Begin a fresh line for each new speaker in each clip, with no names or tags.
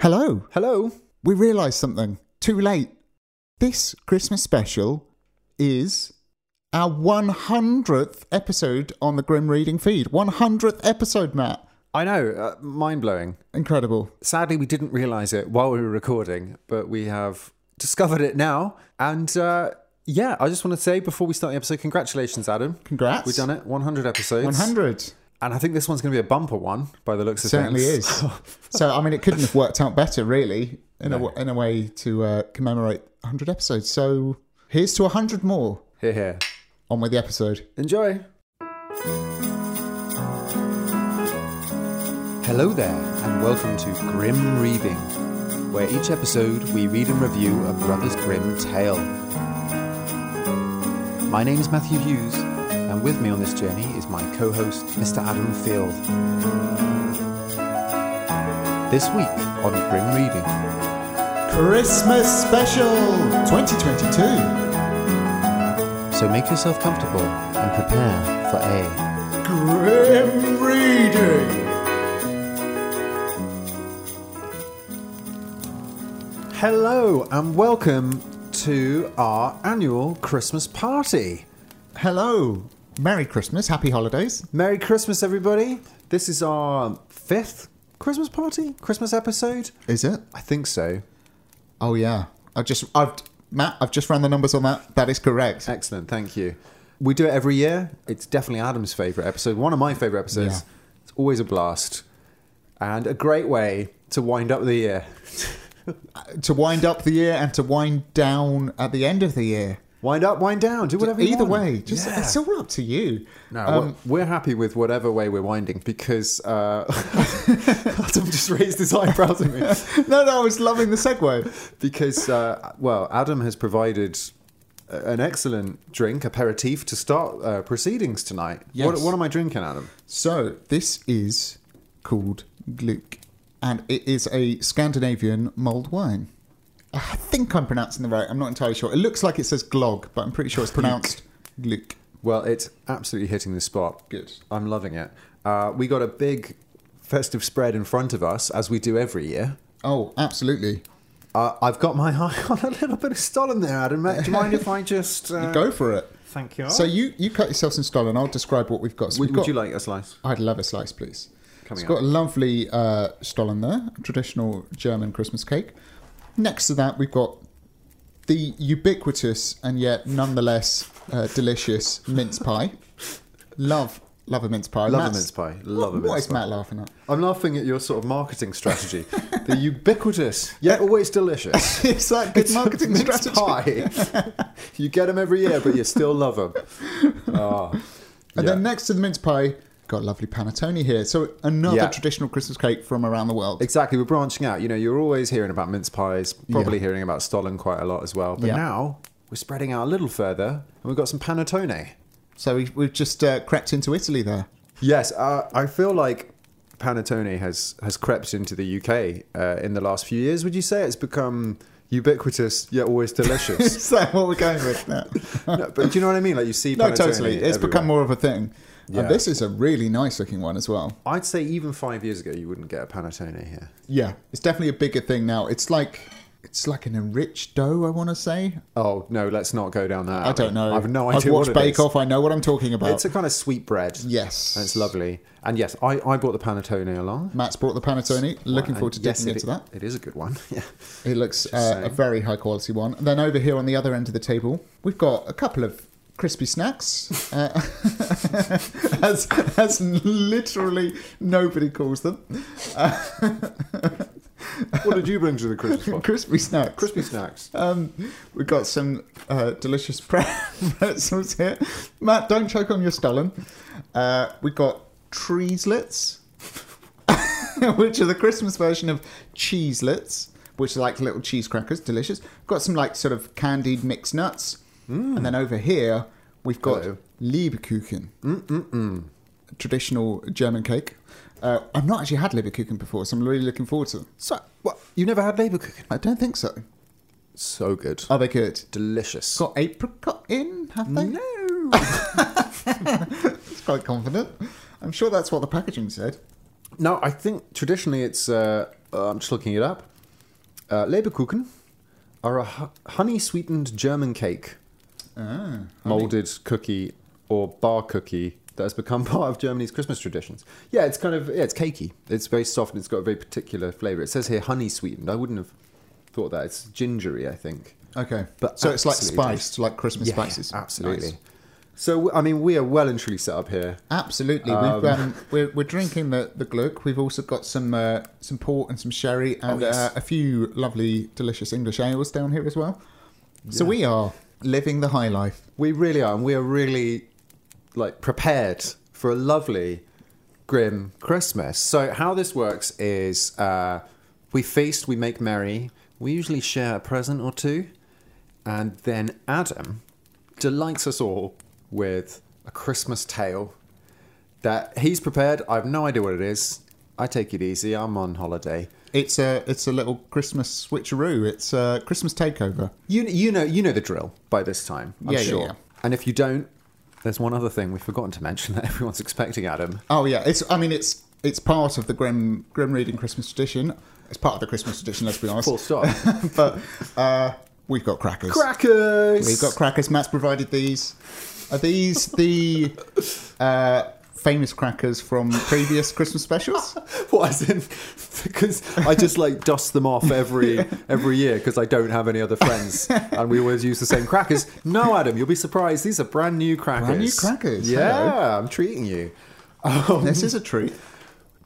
Hello.
Hello.
We realised something. Too late. This Christmas special is our 100th episode on the Grim Reading feed. 100th episode, Matt.
I know, uh, mind blowing.
Incredible.
Sadly, we didn't realize it while we were recording, but we have discovered it now. And uh, yeah, I just want to say before we start the episode, congratulations, Adam.
Congrats.
We've done it 100 episodes.
100.
And I think this one's going to be a bumper one by the looks of
Certainly
things.
is. so, I mean, it couldn't have worked out better, really, in, a, w- in a way to uh, commemorate 100 episodes. So, here's to 100 more.
Here, here.
On with the episode.
Enjoy. Hello there, and welcome to Grim Reading, where each episode we read and review a Brothers Grimm tale. My name is Matthew Hughes, and with me on this journey is my co host, Mr. Adam Field. This week on Grim Reading,
Christmas special 2022.
so make yourself comfortable and prepare for a
Grim Reading.
Hello and welcome to our annual Christmas party.
Hello. Merry Christmas. Happy holidays.
Merry Christmas, everybody. This is our fifth Christmas party, Christmas episode.
Is it?
I think so.
Oh yeah. I just I've Matt, I've just ran the numbers on that. That is correct.
Excellent, thank you. We do it every year. It's definitely Adam's favourite episode, one of my favourite episodes.
Yeah.
It's always a blast and a great way to wind up the year.
To wind up the year and to wind down at the end of the year.
wind up, wind down, do whatever you
Either
want.
way, just
Yeah.
it's all up to you.
No,
Um,
we're we're happy with whatever way we're winding because uh, Adam just raised his eyebrows at me
no, no, I was loving the segue.
because uh, well, Adam has provided a- an excellent drink aperitif to start uh, proceedings tonight. What,
Yes.
what am I drinking, Adam?
So this is called Gluck, and it is a Scandinavian mulled wine. I think I'm pronouncing the right. I'm not entirely sure. It looks like it says glog, but I'm pretty sure it's pronounced Gluck.
Well, it's absolutely hitting the spot.
Good.
I'm loving it. Uh, we got a big festive spread in front of us as we do every year.
Oh, absolutely.
Uh, I've got my eye on a little bit of Stollen there, Adam. Do you mind if I just uh,
Go for it.
Thank you.
So you you cut yourself some style, and I'll describe what we've got. So
would,
we've
would
got-
you like a slice?
I'd love a slice, please.
Coming
it's got a lovely uh, stollen there, traditional German Christmas cake. Next to that, we've got the ubiquitous and yet nonetheless uh, delicious mince pie. Love, love a mince pie.
Love
Matt's-
a mince pie. Love
What-
a mince
What is
pie.
Matt laughing at?
I'm laughing at your sort of marketing strategy. the ubiquitous, yet always delicious.
It's that good
It's
Uh, marketing
mince
strategy.
Pie. you get them every year, but you still love them.
And
Yeah.
then next to the mince pie, got lovely panettone here. So another
Yeah.
traditional Christmas cake from around the world.
Exactly. We're branching out. You know, you're always hearing about mince pies, probably hearing about Stollen quite a lot as well. But
Yeah.
now we're spreading out a little further and we've got some panettone.
So we, we've just uh, crept into Italy there.
Yes, uh, I feel like panettone has, has crept into the UK uh, in the last few years. Would you say it's become ubiquitous, yet always delicious?
Is that what we're going with now?
No, but do you know what I mean? Like you see,
No,
panettone
totally. It's
everywhere.
become more of a thing.
Yeah.
And this is a really nice looking one as well.
I'd say even five years ago, you wouldn't get a panettone here.
Yeah, it's definitely a bigger thing now. It's like it's like an enriched dough. I want to say.
Oh no, let's not go down that.
I don't know.
I've no
I've
idea.
watched
what it
Bake
is.
Off. I know what I'm talking about.
It's a kind of sweet bread.
yes,
and it's lovely. And yes, I, I brought the panettone along.
Matt's brought the panettone. Looking
And
forward to
yes,
dipping
it-
into that.
It is a good one. Yeah.
It looks uh, a
saying.
very high quality one. And then over here on the other end of the table, we've got a couple of crispy snacks, uh, as, as literally nobody calls them.
what did you bring to the Christmas party?
crispy snacks.
Crispy snacks.
Um, we've got some uh, delicious pre- pretzels here. Matt, don't choke on your stollen. Uh, we've got treeslets, which are the Christmas version of cheeselets, which are like little cheese crackers. Delicious. We've got some like sort of candied mixed nuts. And then over here, we've got
Mm. Hello.
Liebkuchen, traditional German cake. Uh, I've not actually had Liebkuchen before, so I'm really looking forward to them.
So, what? You never had Leberkuchen?
I don't think so.
So good.
Are they good?
Delicious.
got apricot in, have they?
No.
It's quite confident. I'm sure that's what the packaging said.
No, I think traditionally it's. Uh, uh, I'm just looking it up. Uh, Leberkuchen are a honey sweetened German cake,
Ah.
molded cookie, or bar cookie that has become part of Germany's Christmas traditions. Yeah, it's kind of yeah, it's cakey. It's very soft and it's got a very particular flavour. It says here honey sweetened. I wouldn't have thought that. It's gingery, I think.
Okay.
But
so it's like
absolutely
spiced, like Christmas spices.
absolutely.
Nice.
So w- I mean, we are well and truly set up here.
Absolutely.
Um,
We've, um, we're, we're drinking the, the Gluck. We've also got some uh, some port and some sherry and
Oh, yes.
uh, a few lovely, delicious English ales down here as well. So
Yeah.
we are living the high life.
We really are, and we are really like prepared for a lovely, grim Christmas. So how this works is uh, we feast, we make merry, we usually share a present or two, and then Adam delights us all with a Christmas tale that he's prepared. I have no idea what it is. I take it easy. I'm on holiday.
It's a it's a little Christmas switcheroo. It's a Christmas takeover.
You you know you know the drill by this time. I'm
Yeah, yeah,
sure.
yeah.
And if you don't, there's one other thing we've forgotten to mention that everyone's expecting, Adam.
Oh yeah, it's I mean it's it's part of the grim grim reading Christmas tradition. It's part of the Christmas tradition. Let's be honest.
Full stop.
but uh, we've got crackers.
Crackers.
We've got crackers. Matt's provided these. Are these the uh, famous crackers from previous Christmas specials?
what as in because I just like dust them off every every year because I don't have any other friends and we always use the same crackers. No, Adam, you'll be surprised. These are brand new crackers.
Brand new crackers.
Yeah,
Hello.
I'm treating you.
this is a treat.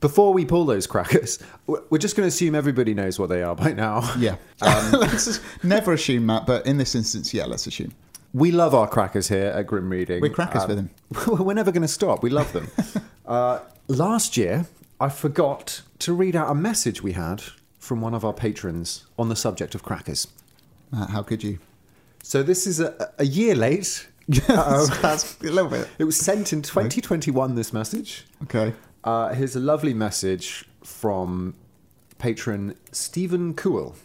Before we pull those crackers, we're we're just going to assume everybody knows what they are by now.
Yeah. let's just never assume, Matt, but in this instance, yeah, let's assume.
We love our crackers here at Grim Reading. Um,
We're crackers with 'em.
We're never going to stop. We love them. uh, last year, I forgot to read out a message we had from one of our patrons on the subject of crackers.
Matt, how could you?
So this is a, a year late.
that's, that's a little bit.
It was sent in 2021, this message.
Okay.
Uh, here's a lovely message from patron Stephen Kuhl.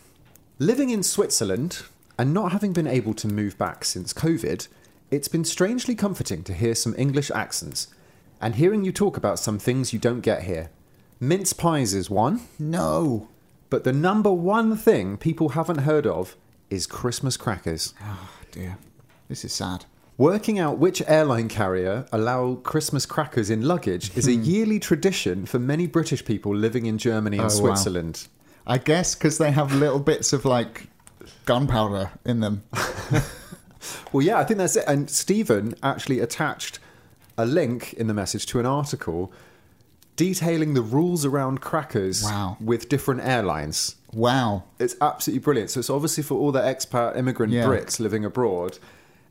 Living in Switzerland and not having been able to move back since COVID, it's been strangely comforting to hear some English accents and hearing you talk about some things you don't get here. Mince pies is one,
No.
but the number one thing people haven't heard of is Christmas crackers.
Oh, dear. This is sad.
Working out which airline carrier allow Christmas crackers in luggage is a yearly tradition for many British people living in Germany and
Oh, wow.
Switzerland.
I guess because they have little bits of like gunpowder in them.
Well, yeah, I think that's it. And Stephen actually attached a link in the message to an article detailing the rules around crackers
Wow.
with different airlines.
Wow.
It's absolutely brilliant. So it's obviously for all the expat immigrant
Yeah.
Brits living abroad,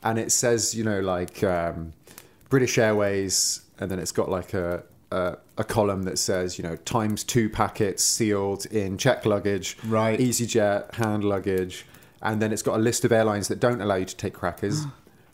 and it says you know like um, British Airways, and then it's got like a, a a column that says you know times two packets sealed in check luggage,
Right.
EasyJet hand luggage, and then it's got a list of airlines that don't allow you to take crackers.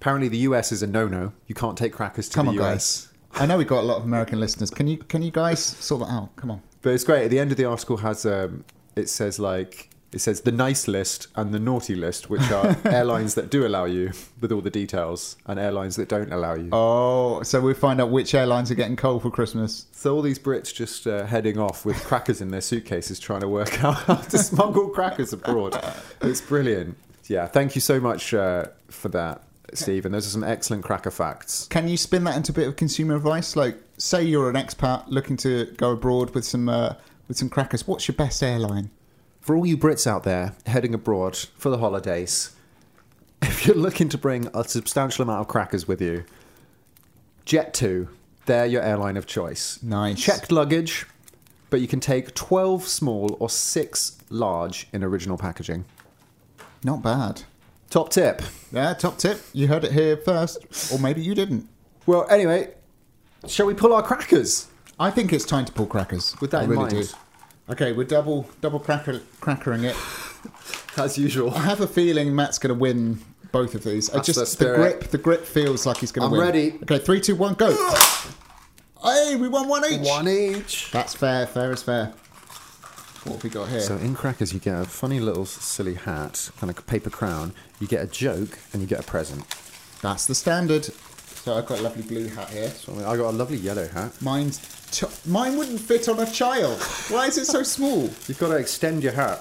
Apparently, the US is a no-no. You can't take crackers to
Come
the
on,
US.
guys. I know we've got a lot of American listeners. Can you can you guys sort that out? Come on.
But it's great. At the end of the article has um, it says like it says the nice list and the naughty list, which are airlines that do allow you with all the details and airlines that don't allow you.
Oh, so we find out which airlines are getting coal for Christmas.
So all these Brits just uh, heading off with crackers in their suitcases, trying to work out how to smuggle crackers abroad. It's brilliant. Yeah, thank you so much uh, for that, Steve. And those are some excellent cracker facts.
Can you spin that into a bit of consumer advice? Like, say you're an expat looking to go abroad with some uh, with some crackers. What's your best airline?
For all you Brits out there heading abroad for the holidays, if you're looking to bring a substantial amount of crackers with you, Jet2, they're your airline of choice.
Nice.
Checked luggage, but you can take 12 small or 6 large in original packaging.
Not bad.
Top tip.
Yeah, top tip. You heard it here first, or maybe you didn't.
Well, anyway, shall we pull our crackers?
I think it's time to pull crackers.
With that
I
in
really
mind.
do. Okay, we're double double cracker crackering it.
As usual.
I have a feeling Matt's going to win both of these. I
That's
just
the
the,
spirit.
grip, the grip feels like he's going to
I'm
win.
ready.
Okay, three, two, one, go. hey, we won one each.
One each.
That's fair. Fair is fair. What have we got here?
So in crackers, you get a funny little silly hat, kind of paper crown. You get a joke, and you get a present.
That's the standard. So I've got a lovely blue hat here.
So I mean, I got a lovely yellow hat.
Mine's t- mine wouldn't fit on a child. Why is it so small?
You've got to extend your hat.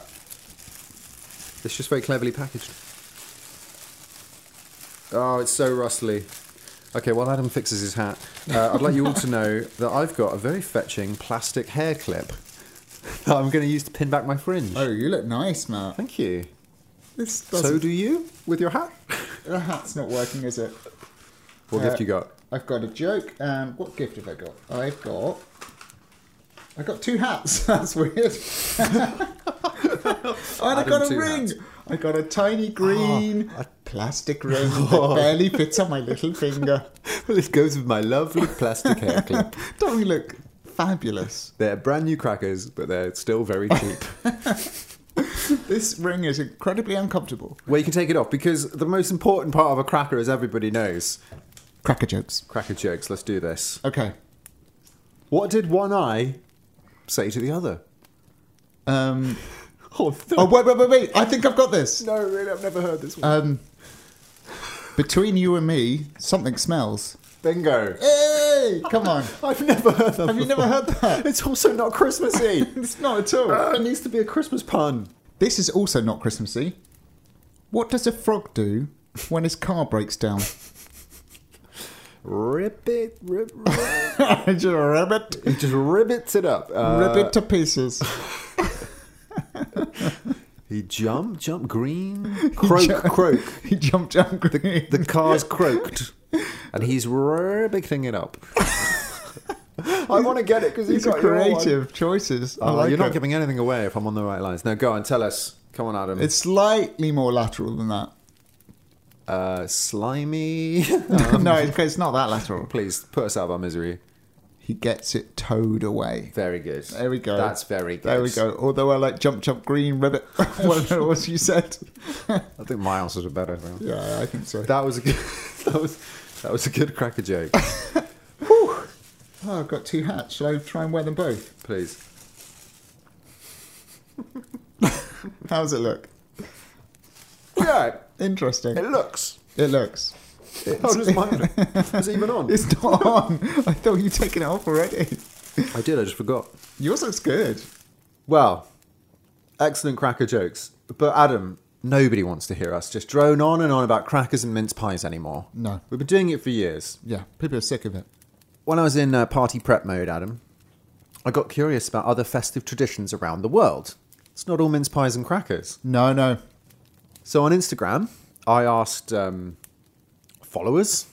It's just very cleverly packaged. Oh, it's so rustly. Okay, while Adam fixes his hat, uh, I'd like you all to know that I've got a very fetching plastic hair clip that I'm going to use to pin back my fringe.
Oh, you look nice, Matt.
Thank you.
This
So
doesn't.
do you with your hat?
the hat's not working, is it?
What
Uh,
gift you got?
I've got a joke. Um, what gift have I got? I've got. I got two hats. That's weird. and I
Adam,
got a
two
ring.
hats.
I got a tiny green plastic ring that barely fits on my little finger.
Well, it goes with my lovely plastic hair clip.
Don't we look fabulous?
They're brand new crackers, but they're still very cheap.
This ring is incredibly uncomfortable.
well, you can take it off because the most important part of a cracker, as everybody knows,
Cracker jokes.
cracker jokes. Let's do this.
Okay.
What did one eye say to the other?
Um,
Oh,
oh wait, wait, wait, wait! I think I've got this.
no, really, I've never heard this one.
Um, between you and me, something smells.
Bingo.
Hey, come on!
I've never heard that.
Have you never heard that?
It's also not Christmassy.
It's not at all.
Ah, it needs to be a Christmas pun.
This is also not Christmassy. What does a frog do when his car breaks down?
Rip it, rip, rip.
Just rip it,
It just ribbits it up. Uh,
rip it to pieces.
He jump, jump, green, croak,
jump-
croak.
He jumped down green.
The car's croaked, and he's ribbiting it up. I want to get it because he's
These are creative choices. I
Oh,
like
you're not
it.
giving anything away if I'm on the right lines. Now go on, tell us. Come on, Adam.
It's slightly more lateral than that.
uh, slimy. Um,
no, it's, it's not that lateral.
Please put us out of our misery.
He gets it towed away.
Very good.
There we go.
That's very good.
There we go. Although I like jump, jump, green, ribbit. Whatever it was you said.
I think my answers are better. though.
Yeah, I think so.
That was a good. that was that was a good cracker joke.
Oh, I've got two hats. Shall I try and wear them both?
Please.
How does it look?
Yeah,
Interesting.
it looks.
It looks.
How does mine? look? Is it even on?
It's not on. I thought you'd taken it off already.
I did. I just forgot.
Yours looks good.
Well, excellent cracker jokes. But Adam, nobody wants to hear us just drone on and on about crackers and mince pies anymore.
No.
We've been doing it for years.
Yeah, people are sick of it.
When I was in uh, party prep mode, Adam, I got curious about other festive traditions around the world. It's not all mince pies and crackers.
No, no.
So on Instagram, I asked um, followers,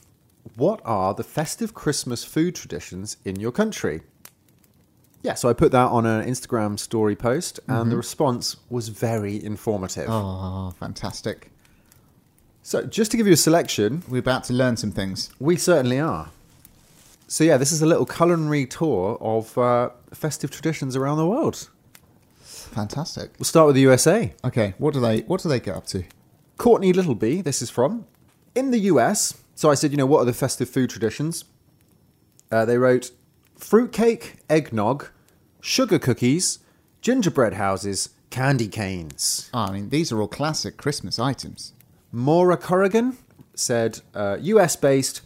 what are the festive Christmas food traditions in your country? Yeah, so I put that on an Instagram story post, and the response was very informative.
Oh, fantastic.
So, just to give you a selection,
We're about to learn some things.
we certainly are. So, yeah, this is a little culinary tour of uh, festive traditions around the world.
Fantastic.
We'll start with the USA.
Okay, what do they what do they get up to?
Courtney Littleby, this is from, in the US. So I said, you know, what are the festive food traditions? Uh, they wrote fruitcake, eggnog, sugar cookies, gingerbread houses, candy canes.
Ah, I mean, these are all classic Christmas items.
Maura Corrigan said, uh, US based,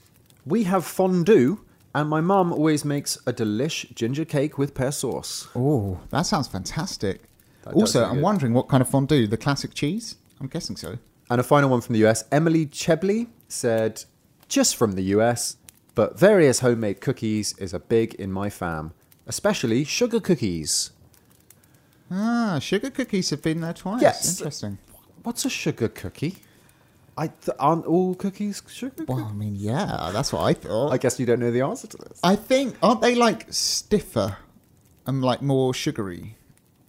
we have fondue, and my mum always makes a delish ginger cake with pear sauce.
Oh, that sounds fantastic.
That does
also,
sound
I'm
good.
wondering what kind of fondue, the classic cheese? I'm guessing so.
And a final one from the US, Emily Chebley said, just from the US, but various homemade cookies is a big in my fam, especially sugar cookies.
Ah, sugar cookies have been there twice.
Yes.
Interesting.
What's a sugar cookie? I th- aren't all cookies sugar?
Well, I mean, yeah, that's what I thought.
I guess you don't know the answer to this.
I think aren't they like stiffer and like more sugary?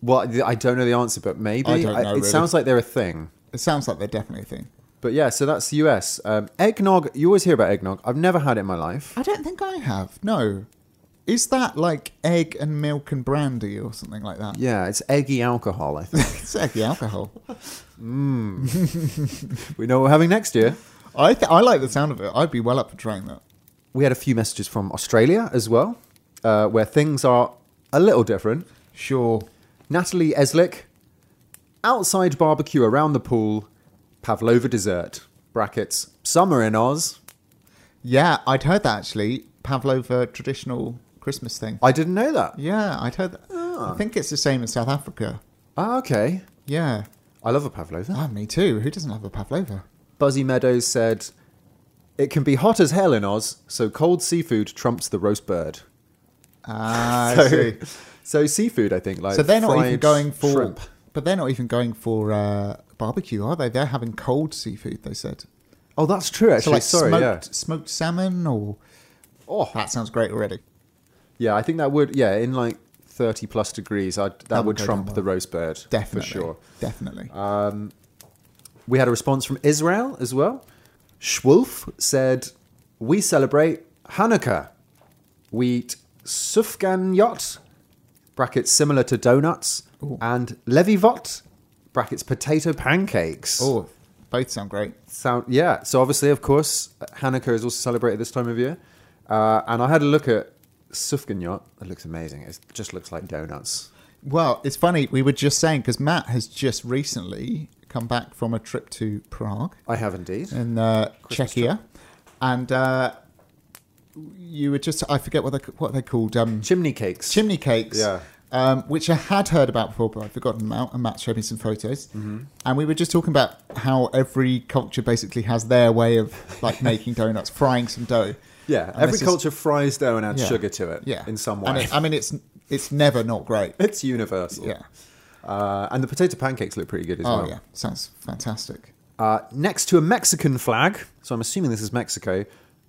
Well, th- I don't know the answer, but maybe
I don't know,
it
really.
sounds like they're a thing.
It sounds like they're definitely a thing.
But yeah, so that's the US. Um, eggnog, you always hear about eggnog. I've never had it in my life.
I don't think I have. No, is that like egg and milk and brandy or something like that?
Yeah, it's eggy alcohol, I think.
it's eggy alcohol.
we know what we're having next year.
I th- I like the sound of it. I'd be well up for trying that.
We had a few messages from Australia as well, uh, where things are a little different.
Sure.
Natalie Eslick, outside barbecue around the pool, pavlova dessert, brackets, summer in Oz.
Yeah, I'd heard that actually. Pavlova traditional Christmas thing.
I didn't know that.
Yeah, I'd heard that. I think it's the same in South Africa.
Ah, okay.
Yeah.
I love a pavlova.
Ah, me too. Who doesn't love a pavlova?
Buzzy Meadows said, "It can be hot as hell in Oz, so cold seafood trumps the roast bird."
Ah, I
so,
see.
so seafood, I think. Like
So they're not even
fried
going for,
shrimp.
but they're not even going for uh, barbecue, are they? They're having cold seafood. They said.
Oh, that's true. Actually,
so like
sorry.
smoked, smoked salmon, or
yeah. Oh,
that sounds great already.
yeah. I think that would. Yeah, in like thirty plus degrees, I'd, that,
That would
would
go down
trump
well.
the roast bird
Definitely,
for sure. Uh,
Definitely.
We had a response from Israel as well. Schwulf said, "We celebrate Hanukkah. We eat sufganiyot, brackets similar to donuts,
Ooh.
and levivot, brackets potato pancakes."
oh, both sound great.
Sound yeah. So obviously, of course, Hanukkah is also celebrated this time of year. Uh, and I had a look at sufganiyot. It looks amazing. It just looks like donuts.
Well, it's funny. We were just saying because Matt has just recently come back from a trip to Prague
I have indeed.
in uh,
Christmas
Czechia, and uh, you were just—I forget what they what they called. Um,
Chimney cakes.
chimney cakes.
Yeah.
Um, which I had heard about before, but I'd forgotten about, and Matt showed me some photos.
Mm-hmm.
And we were just talking about how every culture basically has their way of like making donuts, frying some dough.
yeah.
And
Every
this is-
culture fries dough and adds
Yeah.
sugar to it.
yeah,
In some
And
way.
it- I mean, it's it's never not great.
it's universal.
Yeah.
Uh, and the potato pancakes look pretty good as
Oh
well.
yeah, sounds fantastic.
Uh, next to a Mexican flag, so I'm assuming this is Mexico.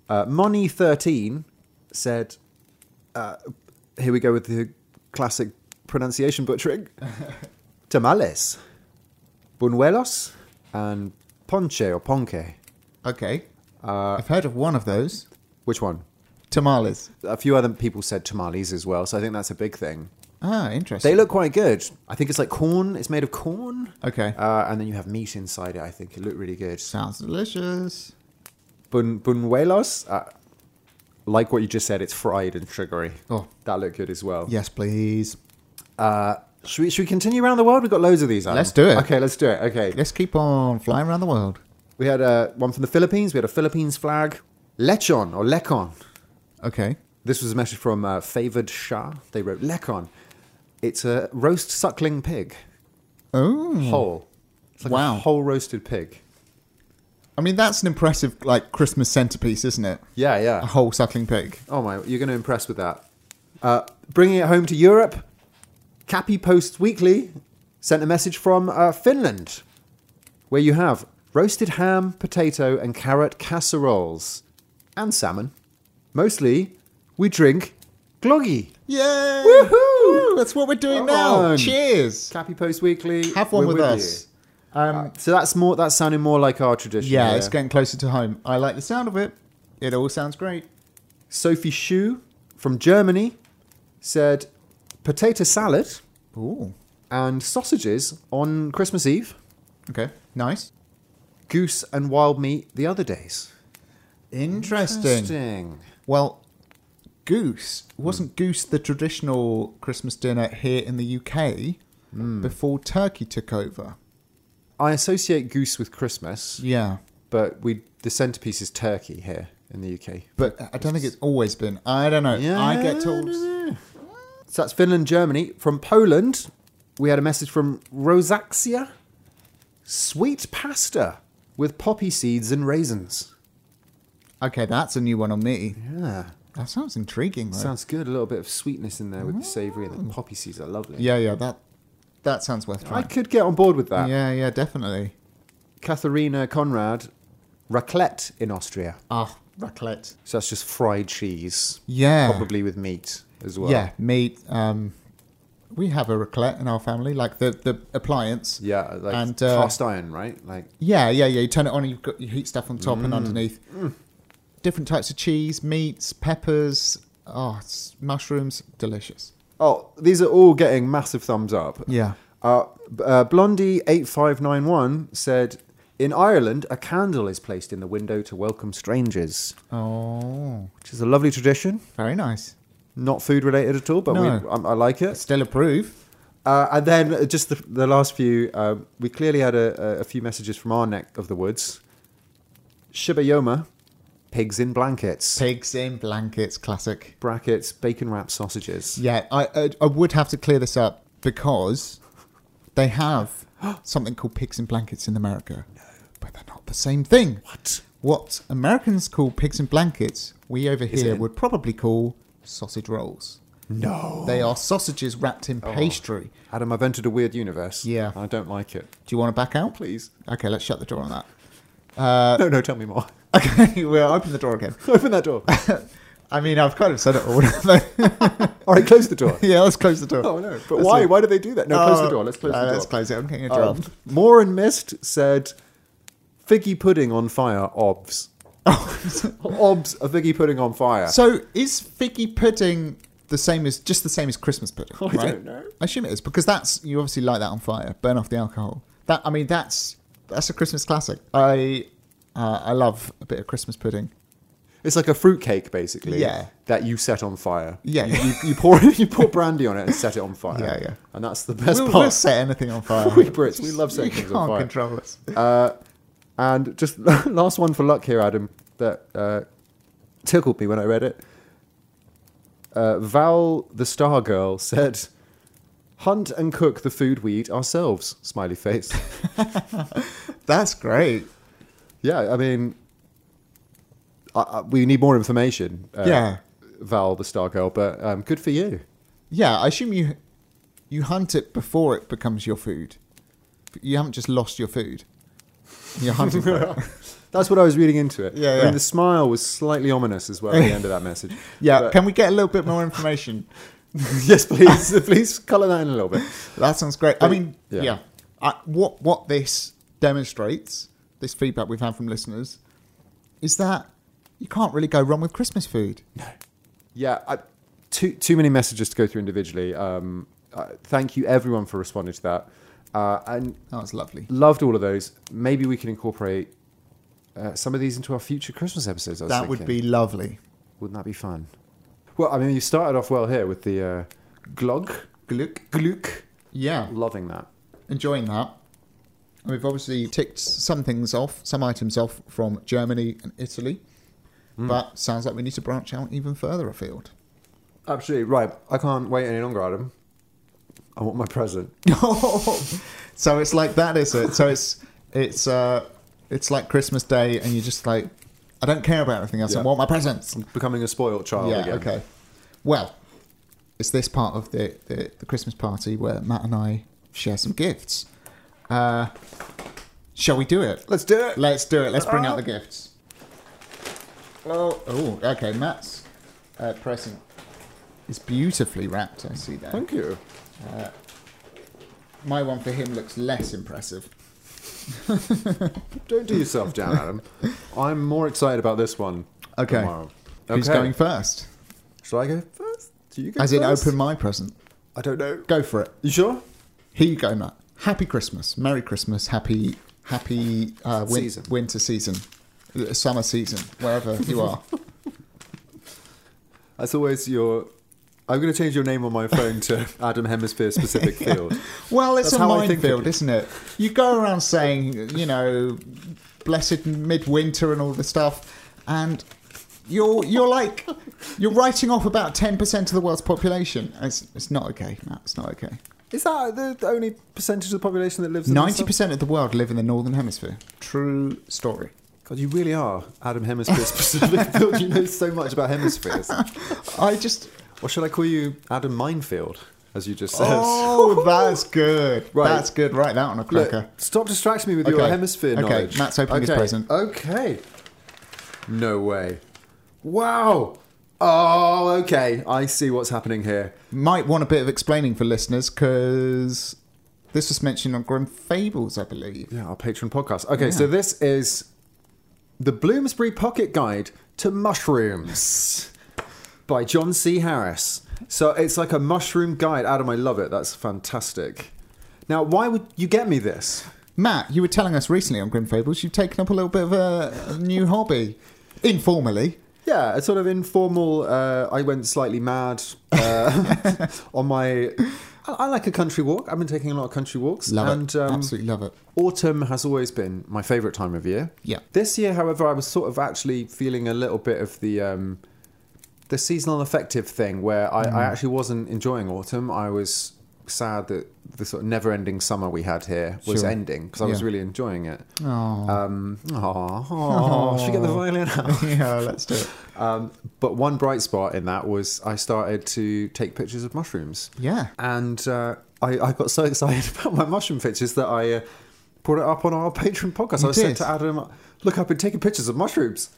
Uh, Moni thirteen said, uh, "Here we go with the classic pronunciation butchering: tamales, bunuelos, and ponche or ponque.
Okay.
Uh,
I've heard of one of those
Which one?
tamales.
A few other people said tamales as well, so I think that's a big thing.
Ah, interesting.
They look quite good. I think it's like corn. It's made of corn,
okay.
uh, and then you have meat inside it. I think it looked really good.
sounds delicious.
Bun Bunuelos, uh, like what you just said, it's fried and sugary.
Oh.
that looked good as well.
Yes, please.
Uh, should we should we continue around the world? We've got loads of these. Adam.
Let's do it.
Okay, let's do it. Okay,
Let's keep on flying around the world.
we had uh, one from the Philippines. We had a Philippines flag, lechon or lecon.
Okay.
This was a message from uh, Favored Shah. They wrote lecon. It's a roast suckling pig,
Oh.
whole. It's like
Wow.
a whole roasted pig.
I mean, that's an impressive like Christmas centerpiece, isn't it?
Yeah, yeah.
A whole suckling pig.
Oh my, you're going to impress with that. Uh, bringing it home to Europe, Cappy Post Weekly sent a message from uh, Finland, where you have roasted ham, potato, and carrot casseroles, and salmon. Mostly, we drink gloggy.
Yeah.
Woohoo!
That's what we're doing
Come
now.
on.
Cheers.
Cappy Post Weekly,
Have one
we're
with,
you. Uh,
us. Um,
So that's more. That's sounding more like our tradition.
yeah,
here.
it's getting closer to home. I like the sound of it. It all sounds great.
Sophie Schuh from Germany said potato salad
Ooh.
and sausages on Christmas Eve.
Okay. Nice.
goose and wild meat the other days.
Interesting. Well, goose wasn't goose the traditional Christmas dinner here in the UK
Hmm.
before turkey took over.
I associate goose with Christmas,
Yeah.
but we the centerpiece is turkey here in the UK.
But I don't think it's always been. I don't know. I get told.
So that's Finland, Germany. From Poland, we had a message from Rosaxia. Sweet pasta with poppy seeds and raisins.
Okay, that's a new one on me.
Yeah.
That sounds intriguing. Though.
Sounds good. A little bit of sweetness in there with the savory and the poppy seeds are lovely.
Yeah, yeah. That that sounds worth
I
trying.
could get on board with that.
Yeah, yeah, definitely.
Katharina Conrad, raclette in Austria.
Ah, raclette.
So that's just fried cheese,
Yeah.
probably with meat as well.
Yeah, meat. Um, we have a raclette in our family, like the the appliance.
yeah, like
And, uh,
cast iron, right? Like
Yeah, yeah, yeah. You turn it on, and you've got you heat stuff on top and
Mm.
underneath. Different types of cheese, meats, peppers. Oh, it's mushrooms, delicious.
oh, these are all getting massive thumbs up.
Yeah.
Uh, B- uh, Blondie eight five nine one said, "In Ireland, a candle is placed in the window to welcome strangers,
Oh,
which is a lovely tradition.
very nice.
Not food related at all, but we, um,
No.
I, I like it.
Still approve.
Uh, and then just the, the last few, uh, we clearly had a, a, a few messages from our neck of the woods. Shibayoma, pigs in blankets.
Pigs in blankets, classic.
brackets bacon wrap sausages.
Yeah, I, I I would have to clear this up because they have something called pigs in blankets in America. No. But they're not the same thing.
What?
What Americans call pigs in blankets, we over here
it-
would probably call sausage rolls.
No.
They are sausages wrapped in
Oh.
pastry.
Adam, I've entered a weird universe.
Yeah.
I don't like it.
Do you want to back out?
Please.
Okay, let's shut the door on that. Uh,
no, no, tell me more.
Okay, we'll open the door again.
Open that door.
I mean, I've kind of said it all. but-
All right, close the door.
yeah, let's close the door.
Oh, no. But
Let's
why?
leave.
Why do they do that? No, close
Oh,
the door. Let's close
no,
the door.
Let's close it. I'm getting a
Um,
draft.
Moore and Mist said, "Figgy pudding on fire, obs. obs, a figgy pudding on fire.
So is figgy pudding the same as just the same as Christmas pudding?
I
right?
don't know.
I assume it is because that's you obviously light that on fire, burn off the alcohol. That I mean, that's that's a Christmas classic. I uh, I love a bit of Christmas pudding.
it's like a fruitcake, basically.
Yeah.
That you set on fire.
Yeah.
You, you, you pour you pour brandy on it and set it on fire.
Yeah, yeah.
And that's the best
We'll, we'll
part.
set anything on fire.
We Brits, we love setting
you
things
can't
on fire.
control us.
Uh, and just last one for luck here, Adam, that uh, tickled me when I read it. Uh, Val, the Star Girl, said, "Hunt and cook the food we eat ourselves." Smiley face.
That's great.
yeah, I mean, I, I, we need more information. Uh,
Yeah.
Val, the Star Girl, but um, good for you.
Yeah, I assume you you hunt it before it becomes your food. You haven't just lost your food. You're hunting for it.
That's what I was reading into it.
Yeah,
I
yeah.
mean, the smile was slightly ominous as well at the end of that message.
Yeah,
But-
can we get a little bit more information?
yes, please, please colour that in a little bit.
That sounds great. I mean,
Yeah.
yeah. I, what what this demonstrates, this feedback we've had from listeners, is that you can't really go wrong with Christmas food.
Yeah, I, too too many messages to go through individually. Um, uh, thank you everyone for responding to that, uh, and
That was lovely.
loved all of those. Maybe we can incorporate uh, some of these into our future Christmas episodes. I was
That would be
thinking.
lovely.
wouldn't that be fun? Well, I mean, you started off well here with the uh, glog
Gluck.
gluck,
Yeah,
loving that.
enjoying that. And We've obviously ticked some things off, some items off from Germany and Italy, but sounds like we need to branch out even further afield.
Absolutely right. I can't wait any longer, Adam. I want my present.
so it's like that, is it? So it's it's uh, it's like Christmas Day, and you're just like, I don't care about anything else.
Yeah.
I want my presents.
Becoming a spoiled child
yeah.
again.
Okay. Well, it's this part of the, the the Christmas party where Matt and I share some gifts. Uh, shall we do it?
Let's do it.
Let's do it. Let's bring out the gifts. Oh, oh, okay. Matt's uh, present is beautifully wrapped. I see that.
Thank you.
My one for him looks less impressive.
Don't do yourself down, Adam. I'm more excited about this one.
Okay.
Tomorrow.
Who's
Okay.
going first?
Shall I go first? Do you go
As in,
first?
open my present.
I don't know.
Go for it.
You sure?
Here you go, Matt. Happy Christmas. Merry Christmas. Happy, happy uh, win-
Season.
winter season, Uh, summer season, wherever you are.
That's always your. I'm going to change your name on my phone to Adam Hemisphere Specific Field.
Well, it's
That's
a
how I think of
minefield,
it.
isn't it? You go around saying, you know, blessed midwinter and all this stuff, and you're you're like you're writing off about ten percent of the world's population. It's it's not okay, Matt. It's not okay.
Is that the, the only percentage of the population that lives in
Ninety
percent?
percent of the world live in the northern hemisphere. True story.
God, you really are Adam Hemisphere Specific Field. You know so much about hemispheres.
I just
Or should I call you Adam Minefield, as you just said?
Oh, that's good.
Right.
That's good. Write that on a
Look,
cracker.
stop distracting me with your
Okay.
hemisphere
Okay,
knowledge.
Matt's opening his
Okay,
present.
Okay. No way. Wow. Oh, okay. I see what's happening here.
Might want a bit of explaining for listeners because this was mentioned on Grim Fables, I believe.
Yeah, our Patreon podcast. Okay, so this is the Bloomsbury Pocket Guide to Mushrooms by John C. Harris. So it's like a mushroom guide. Adam, I love it. That's fantastic. Now, why would you get me this?
Matt, you were telling us recently on Grim Fables you've taken up a little bit of a, a new hobby, informally.
Yeah, a sort of informal. Uh, I went slightly mad uh, on my. I, I like a country walk. I've been taking a lot of country walks,
Love
and um,
it. Absolutely love it.
autumn has always been my favourite time of year.
Yeah.
This year, however, I was sort of actually feeling a little bit of the um,
Mm.
the seasonal affective thing, where I, I actually wasn't enjoying autumn. I was sad that the sort of never-ending summer we had here was
Sure.
ending because I was
Yeah.
really enjoying it.
Oh.
Um, aw, aw, should we get the violin out?
yeah, let's do it.
Um, but one bright spot in that was I started to take pictures of mushrooms.
Yeah.
And uh, I, I got so excited about my mushroom pictures that I uh, brought it up on our Patreon podcast.
You
I
did?
said to Adam, look, I've been taking pictures of mushrooms.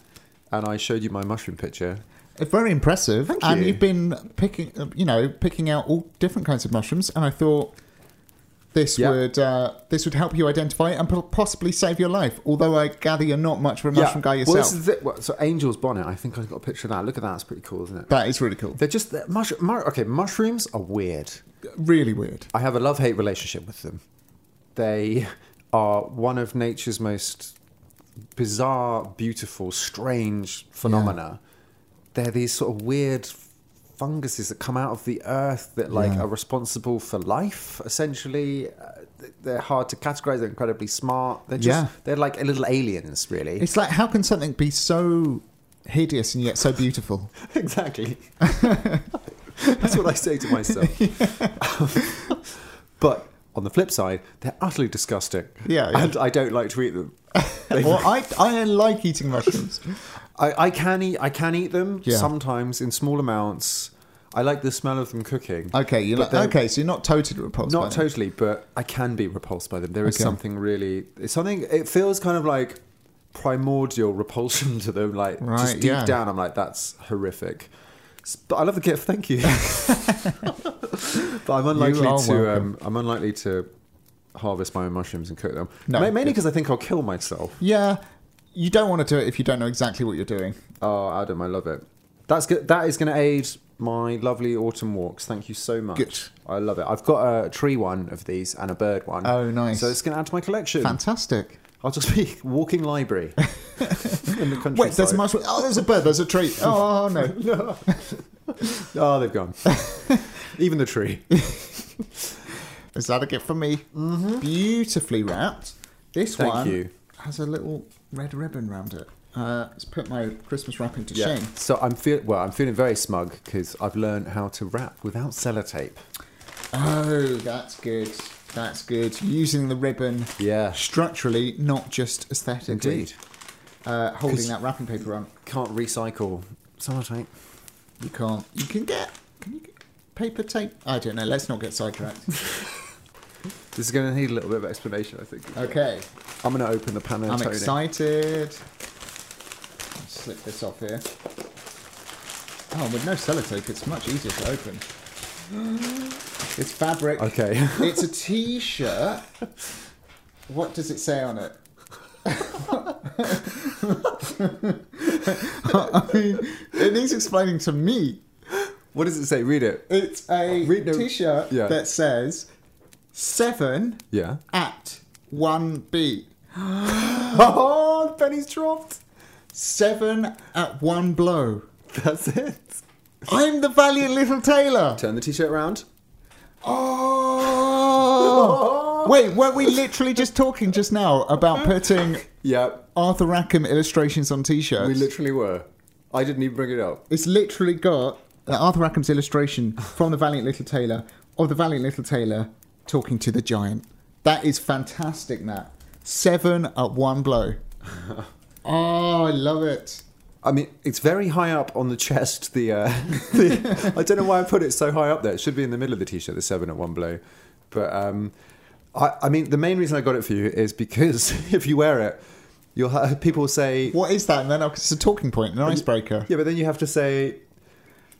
And I showed you my mushroom picture.
Very impressive.
Thank
and
you.
have been picking, uh, you know, picking out all different kinds of mushrooms, and I thought this
Yeah.
would uh, this would help you identify and po- possibly save your life. Although I gather you're not much of a mushroom guy yourself.
Well, this is it. Well, so Angel's Bonnet, I think I got a picture of that. Look at that. It's pretty cool, isn't it?
that is really cool.
They're just, they're mush- mu- okay, mushrooms are weird.
Really weird.
I have a love hate relationship with them. They are one of nature's most bizarre, beautiful, strange phenomena. They're these sort of weird funguses that come out of the earth that like
Yeah.
are responsible for life essentially Uh, th- they're hard to categorize they're incredibly smart they're just
Yeah.
they're like little aliens really
It's like how can something be so hideous and yet so beautiful?
exactly. That's what I say to myself. but on the flip side, they're utterly disgusting.
Yeah, yeah.
And I don't like to eat them. They-
well, I I like eating mushrooms.
I, I can eat I can eat them
Yeah.
sometimes in small amounts. I like the smell of them cooking.
Okay, you
But
like,
they're-
okay, so you're not totally repulsed. by
Not
them.
totally, but I can be repulsed by them. There is
Okay.
something really it's something it feels kind of like primordial repulsion to them like
Right,
just deep
yeah.
down I'm like that's horrific. S- But I love the gift, thank you. but I'm
are
unlikely to
welcome.
um, I'm unlikely to harvest my own mushrooms and cook them.
No,
Ma- mainly because I think I'll kill myself.
Yeah, you don't want to do it if you don't know exactly what you're doing.
Oh, Adam, I love it. That's good. That is going to aid my lovely autumn walks. Thank you so much.
Good.
I love it. I've got a tree one of these and a bird one.
Oh, nice.
So it's going to add to my collection.
Fantastic.
I'll just be walking library in the countryside.
Wait, there's a mushroom. Oh, there's a bird. There's a tree. Oh no.
Oh, they've gone. Even the tree.
Is that a gift for me? Beautifully wrapped. This
Mm-hmm. Thank
one
you.
has a little red ribbon round it. Uh, let's put my Christmas wrapping to shame.
So I'm feel well. I'm feeling very smug because I've learned how to wrap without sellotape.
Oh, that's good. That's good. Using the ribbon
Yeah.
structurally, not just aesthetically.
Indeed.
Uh, holding
'Cause-
that wrapping paper on.
Can't recycle sellotape.
You can't. You can get. Can you get paper tape? I don't know. Let's not get sidetracked.
This is going to need a little bit of explanation. I think.
okay.
I'm going to open the Panettone.
I'm excited. Slip this off here. Oh, with no sellotape, it's much easier to open. It's fabric.
Okay.
it's a T-shirt. What does it say on it? I mean, it needs explaining to me.
What does it say? Read it.
It's a
Read the-
T-shirt
Yeah.
that says seven
Yeah.
at one beat.
Oh, pennies dropped.
Seven at one blow.
That's it.
I'm the valiant little tailor.
Turn the t-shirt around.
Oh. Wait, weren't we literally just talking just now about putting
Yeah,
Arthur Rackham illustrations on t-shirts?
we literally were. I didn't even bring it up.
it's literally got uh, Arthur Rackham's illustration from the valiant little tailor of the valiant little tailor talking to the giant. That is fantastic, Matt. Seven at one blow. oh, I love it.
I mean, it's very high up on the chest. The, uh, the I don't know why I put it so high up there. It should be in the middle of the t-shirt. The seven at one blow. But um, I, I mean, the main reason I got it for you is because if you wear it, you'll have people say,
What is that? And then I'll- it's a talking point, an icebreaker.
yeah, but then you have to say.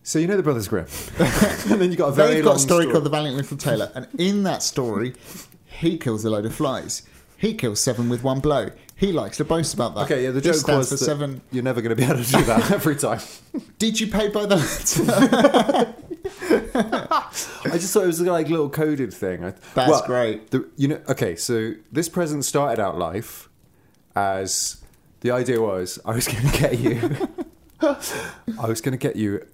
So you know the Brothers Grimm, and then you got a very
They've got
long
a story, called The Valiant Little Tailor, and in that story, he kills a load of flies. He kills seven with one blow. He likes to boast about that.
Okay, yeah, the
He
joke
stands
was
for
that
seven.
You're never going to be able to do that every time.
Did you pay by the letter?
I just thought it was like a little coded thing. I,
That's great.
The, you know, okay, so this present started out life as the idea was I was going to get you, I was going to get you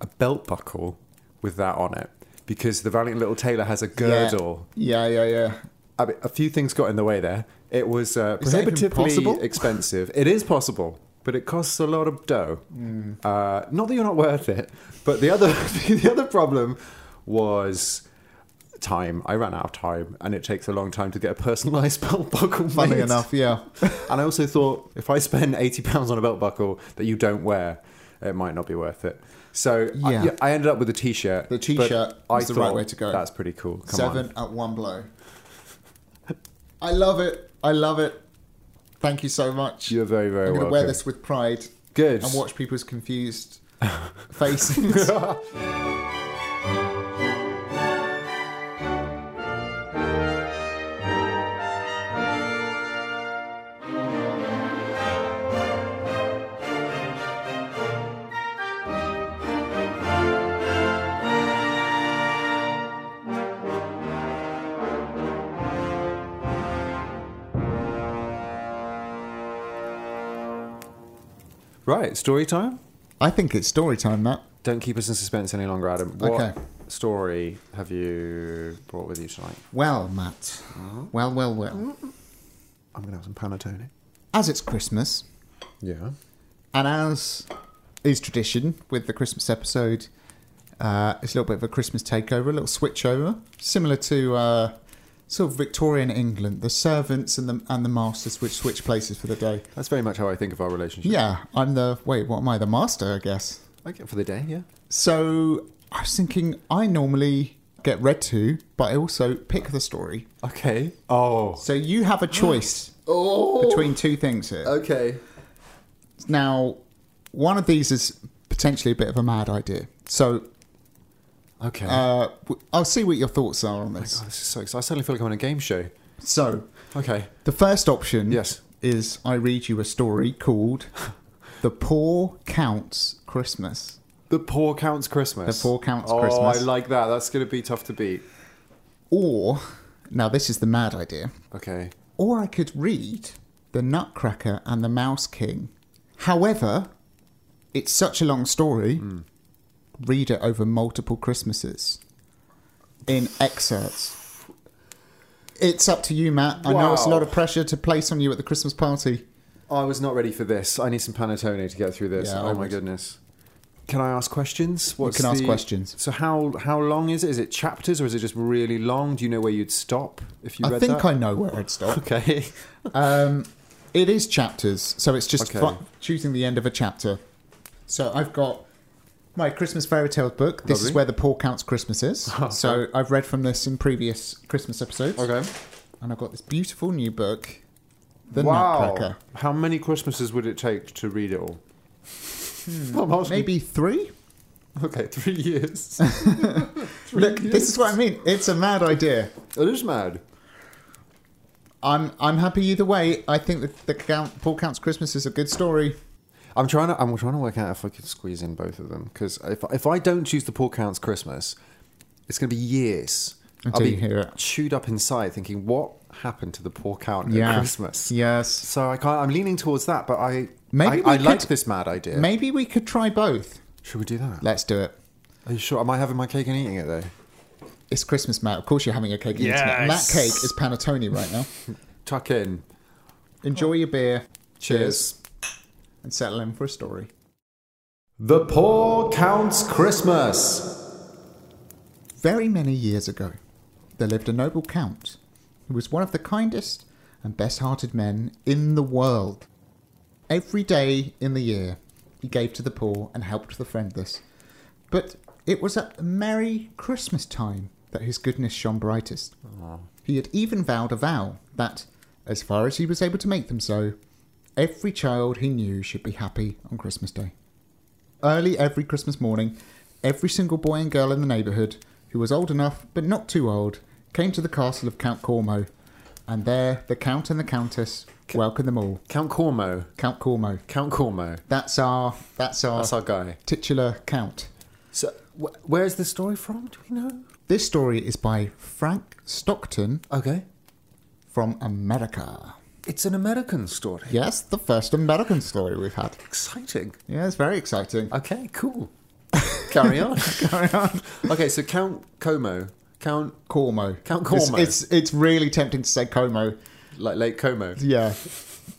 a belt buckle with that on it because the valiant little tailor has a girdle.
Yeah, yeah, yeah. yeah.
I mean, a few things got in the way there. It was uh,
Is that even possible?
prohibitively expensive. It is possible, but it costs a lot of dough.
Hmm.
Uh, not that you're not worth it, but the other the other problem was time. I ran out of time, and it takes a long time to get a personalised belt buckle.
Funny
made.
enough, yeah.
And I also thought if I spend eighty pounds on a belt buckle that you don't wear, it might not be worth it. So I-
Yeah.
yeah, I, ended up with a t-shirt.
The
but
t-shirt
I
is the right
thought,
way to go.
That's pretty cool. Come
Seven
on.
at one blow. I love it. I love it. Thank you so much.
You're very very
I'm going to
welcome.
wear this with pride
Good.
and watch people's confused faces.
Right, story time.
I think it's story time, Matt.
Don't keep us in suspense any longer, Adam. What
Okay.
story have you brought with you tonight?
Well, Matt. Well, well, well.
I'm gonna have some panettone.
As it's Christmas,
Yeah.
and as is tradition with the Christmas episode, uh, it's a little bit of a Christmas takeover, a little switch over, similar to uh, sort of Victorian England, the servants and the and the masters which switch places for the day.
That's very much how I think of our relationship.
Yeah, I'm the wait. What am I? The master, I guess.
Okay, for the day, yeah.
So I was thinking I normally get read to, but I also pick the story.
Okay. Oh.
So you have a choice
Oh.
between two things here.
Okay.
Now, one of these is potentially a bit of a mad idea. So
Okay.
uh, w- I'll see what your thoughts are on this.
oh, this is so exciting. I suddenly feel like I'm on a game show.
So
Okay.
the first option
Yes.
is I read you a story called The Poor Count's Christmas.
The poor counts Christmas.
The Poor Count's
oh,
Christmas.
I like that. That's gonna be tough to beat.
Or, now this is the mad idea,
Okay.
or I could read The Nutcracker and the Mouse King. However, it's such a long story, read it over multiple Christmases in excerpts. It's up to you, Matt. I know it's a
Wow.
lot of pressure to place on you at the Christmas party.
I was not ready for this. I need some panettone to get through this.
Yeah, I
oh my
would.
goodness. Can I ask questions? What's
can ask questions.
So how how long is it? Is it chapters or is it just really long? Do you know where you'd stop if you
I
read
think
that?
I know where I'd stop.
Okay.
Um, it is chapters, so it's just
Okay.
fi- choosing the end of a chapter. So I've got my Christmas fairy tales book. This is
Lovely.
where the Paul Counts Christmas is. so I've read from this in previous Christmas episodes.
okay.
And I've got this beautiful new book, The
wow.
Nutcracker.
How many Christmases would it take to read it all? I'm asking-
Hmm, Maybe three?
Okay, three years. Three
Look, this
years.
is what I mean. It's a mad idea.
It Oh, is mad.
I'm I'm happy either way. I think that the count, Paul Counts Christmas is a good story.
I'm trying to. I'm trying to work out if I could squeeze in both of them because if if I don't choose the poor count's Christmas, it's going to be years.
Until
I'll be
you hear it.
chewed up inside, thinking what happened to the poor count at Christmas.
Yes.
So I can't. I'm leaning towards that, but I
Maybe
I, I
we
like
could-
this mad idea.
Maybe we could try both.
Should we do that?
Let's do it.
Are you sure? Am I having my cake and eating it though?
It's Christmas, Matt. Of course, you're having a cake. and eating it. And that
Yes.
cake is panettone right now.
Tuck in.
Enjoy your beer.
Cheers.
And settle in for a story.
The poor count's Christmas.
Very many years ago, there lived a noble count who was one of the kindest and best hearted men in the world. Every day in the year, he gave to the poor and helped the friendless. But it was at merry Christmas time that his goodness shone brightest. He had even vowed a vow that, as far as he was able to make them so, every child he knew should be happy on Christmas Day. Early every Christmas morning, every single boy and girl in the neighbourhood who was old enough but not too old came to the castle of Count Cormo, and there the Count and the Countess welcomed them all.
Count Cormo.
Count Cormo.
Count Cormo.
That's our that's our,
That's our guy.
titular count.
So, wh- where's this story from? Do we know?
This story is by Frank Stockton
Okay.
from America.
It's an American story.
Yes, the first American story we've had.
Exciting.
Yeah, it's very exciting.
Okay, cool. Carry on. Carry on. Okay, so Count Como, Count
Cormo.
Count
It's-
Cormo.
It's, it's really tempting to say Como.
like Lake Como.
Yeah.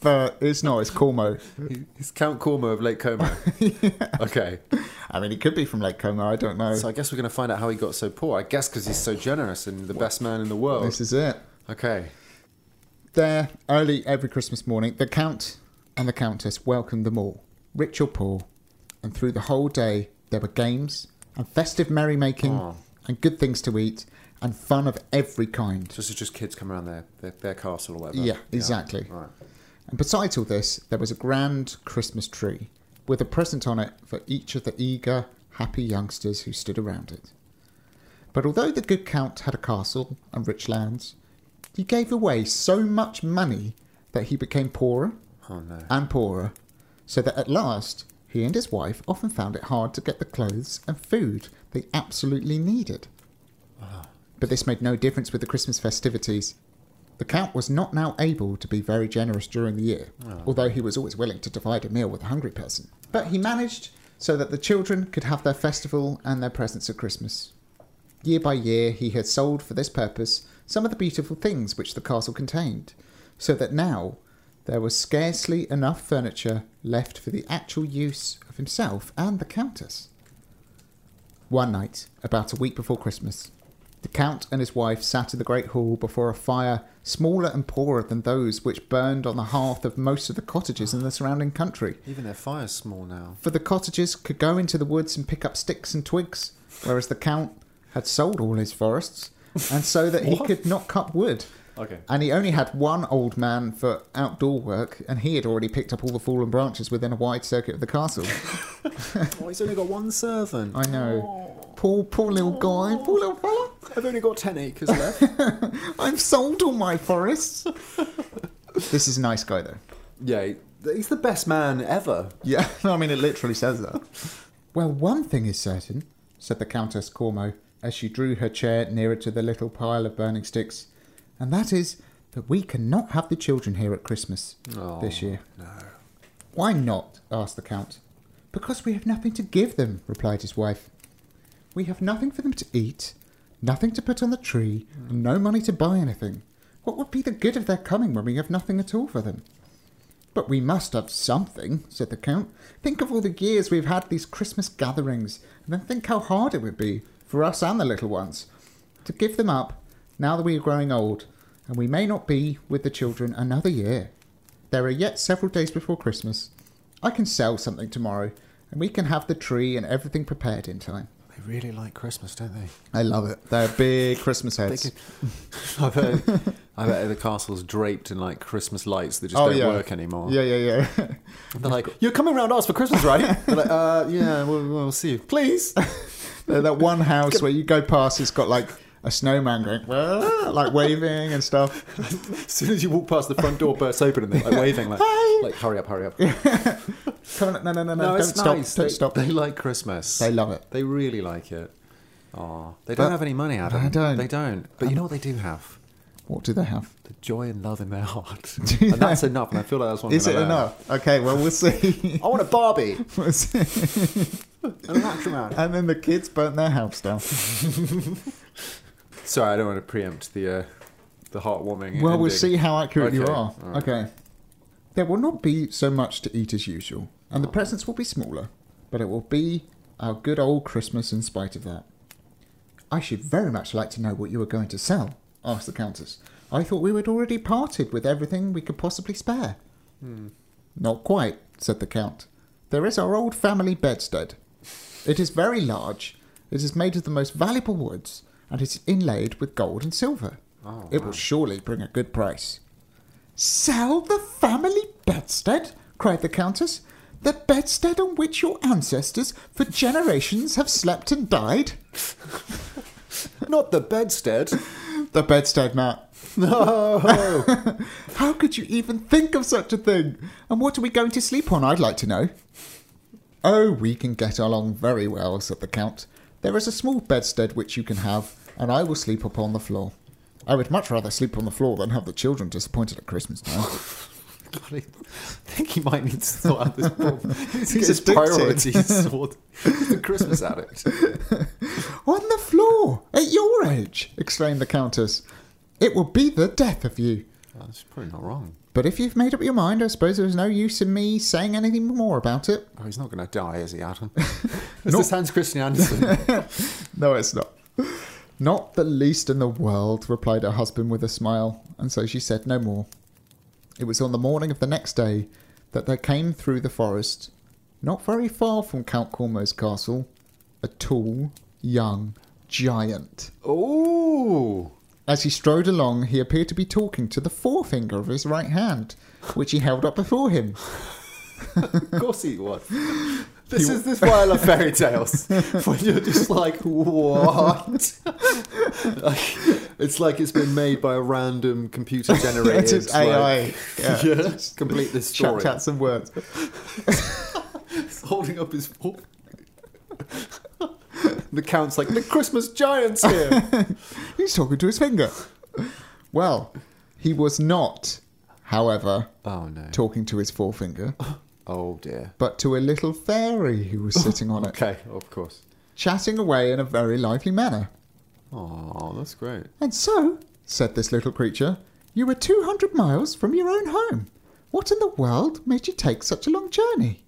But it's not, it's Cormo.
He's Count Cormo of Lake Como. Okay.
I mean, it could be from Lake Como. I don't know.
So I guess we're going to find out how he got so poor. I guess because he's so generous and the best man in the world.
This is it.
Okay.
There, early every Christmas morning, the Count and the Countess welcomed them all, rich or poor. And through the whole day, there were games and festive merrymaking
Oh.
and good things to eat and fun of every kind.
So this is just kids coming around their, their, their castle or whatever.
Yeah, exactly.
Right.
And besides all this, there was a grand Christmas tree with a present on it for each of the eager, happy youngsters who stood around it. But although the good count had a castle and rich lands, he gave away so much money that he became poorer
Oh, no.
and poorer, so that at last he and his wife often found it hard to get the clothes and food they absolutely needed. But this made no difference with the Christmas festivities. The Count was not now able to be very generous during the year, although he was always willing to divide a meal with a hungry person. But he managed so that the children could have their festival and their presents at Christmas. Year by year, he had sold for this purpose some of the beautiful things which the castle contained, so that now there was scarcely enough furniture left for the actual use of himself and the Countess. One night, about a week before Christmas, the Count and his wife sat in the great hall before a fire smaller and poorer than those which burned on the hearth of most of the cottages in the surrounding country
Even their fire's small now.
for the cottagers could go into the woods and pick up sticks and twigs, whereas the count had sold all his forests, and so that he
What?
could not cut wood.
Okay.
And he only had one old man for outdoor work, and he had already picked up all the fallen branches within a wide circuit of the castle.
Oh, he's only got one servant.
I know. Poor, poor little guy, poor little fella.
I've only got 10 acres left.
I've sold all my forests. this is a nice guy, though.
yeah, he's the best man ever.
Yeah, I mean, it literally says that. well, one thing is certain, said the Countess Cormo as she drew her chair nearer to the little pile of burning sticks, and that is that we cannot have the children here at Christmas
Oh,
this year.
No.
Why not? asked the Count. Because we have nothing to give them, replied his wife. We have nothing for them to eat, nothing to put on the tree, and no money to buy anything. What would be the good of their coming when we have nothing at all for them? But we must have something, said the Count. Think of all the years we've had these Christmas gatherings, and then think how hard it would be, for us and the little ones, to give them up now that we are growing old, and we may not be with the children another year. There are yet several days before Christmas. I can sell something tomorrow, and we can have the tree and everything prepared in time.
They really like Christmas, don't they?
I love it. They're big Christmas heads.
They could- I bet, I bet the castle's draped in like Christmas lights that just don't work anymore.
Oh, Yeah, yeah, yeah.
They're like, you're coming round us for Christmas, right? They're like, uh, yeah, we'll, we'll see you. Please.
They're that one house where you go past, it's got like a snowman going, "Ah," like waving and stuff.
as soon as you walk past the front door, bursts open and they're like waving, like,
Hi.
like hurry up, hurry up.
Come on, no, no, no, no,
No,
don't
it's
stop,
nice.
don't
they,
stop.
They like Christmas.
They love it.
They really like it. Oh, they don't
But-
have any money, Adam.
They don't. Um,
They don't. But you know what they do have?
What do they have?
The joy and love in their heart.
they?
and that's enough. And I feel like that's one.
Is it
gonna learn.
enough? Okay, well, we'll see.
I want a Barbie
We'll see.
and an action man.
and then the kids burnt their house down.
Sorry, I don't want to preempt the uh, the heartwarming.
Well, we'll
ending.
see how accurate you
Okay,
are.
all right.
Okay. There will not be so much to eat as usual, and the presents will be smaller, but it will be our good old Christmas in spite of that. I should very much like to know what you are going to sell, asked the Countess. I thought we had already parted with everything we could possibly spare. Not quite, said the Count. There is our old family bedstead. It is very large, it is made of the most valuable woods, and it is inlaid with gold and silver.
Oh,
it will surely bring a good price. Sell the family bedstead? cried the Countess. The bedstead on which your ancestors for generations have slept and died?
Not the bedstead.
The bedstead, Matt.
No.
How could you even think of such a thing? And what are we going to sleep on, I'd like to know? Oh, we can get along very well, said the Count. There is a small bedstead which you can have, and I will sleep upon the floor. I would much rather sleep on the floor than have the children disappointed at Christmas time.
God, I think he might need to sort out this problem. He's
He's
his
addicted.
priorities sorted. He's a Christmas addict.
on the floor, at your age, exclaimed the Countess. It will be the death of you.
Well, that's Oh, probably not wrong.
But if you've made up your mind, I suppose there's no use in me saying anything more about it.
Oh, he's not going to die, is he, Adam? Is this Hans Christian Andersen?
No, it's not. Not the least in the world, replied her husband with a smile, and so she said no more. It was on the morning of the next day that there came through the forest, not very far from Count Cormo's castle, a tall, young giant.
Ooh.
As he strode along, he appeared to be talking to the forefinger of his right hand, which he held up before him.
Of course he was. This is this is why I love fairy tales. when you're just like, what? like, it's like it's been made by a random computer generated
It's just AI.
Like,
Yeah.
yeah, complete this story.
Chucked out some words.
He's holding up his fork. the count's like, the Christmas giant's here.
He's talking to his finger. Well, he was not, however,
oh no.
talking to his forefinger,
Oh dear.
but to a little fairy who was sitting on it,
Okay, of course.
chatting away in a very lively manner.
Oh, that's great.
And so, said this little creature, you were 200 miles from your own home. What in the world made you take such a long journey?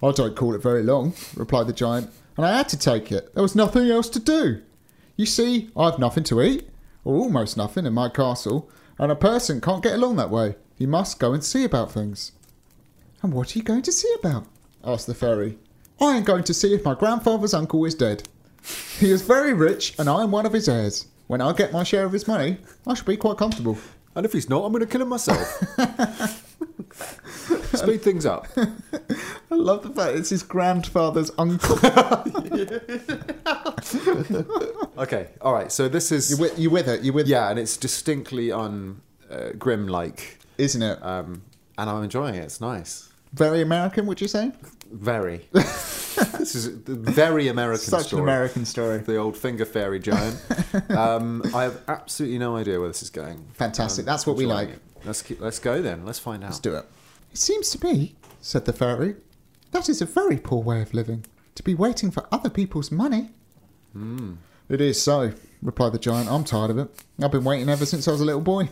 I don't call it very long, replied the giant, and I had to take it. There was nothing else to do. You see, I've nothing to eat, or almost nothing in my castle, and a person can't get along that way. He must go and see about things. And what are you going to see about? asked the fairy. I am going to see if my grandfather's uncle is dead. He is very rich, and I am one of his heirs. When I get my share of his money, I shall be quite comfortable.
And if he's not, I'm going to kill him myself. Speed things up.
I love the fact it's his grandfather's uncle.
Okay, all right. So this
you
is
with, you with it? You with?
yeah, and it's distinctly un uh, grim like,
Isn't it
um, and I'm enjoying it. It's nice.
very American? Would you say?
Very. this is the very American
Such
story.
an American story.
The old finger fairy giant. um, I have absolutely no idea where this is going.
Fantastic.
Um,
That's what we
enjoying
like.
it. Let's keep, let's go then. Let's find out.
Let's do it. It seems to me, said the fairy, that is a very poor way of living, to be waiting for other people's money. It is so, replied the giant. I'm tired of it. I've been waiting ever since I was a little boy.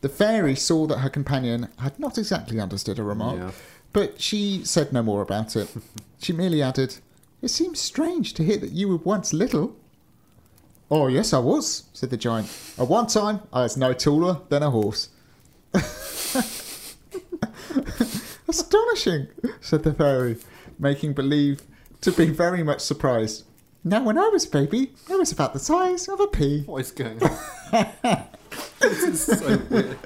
The fairy saw that her companion had not exactly understood her remark,
Yeah.
but she said no more about it. she merely added, It seems strange to hear that you were once little. Oh, yes, I was, said the giant. At one time, I was no taller than a horse. Astonishing, said the fairy, making believe to be very much surprised. Now, when I was a baby, I was about the size of a pea.
What is going on? this is so weird.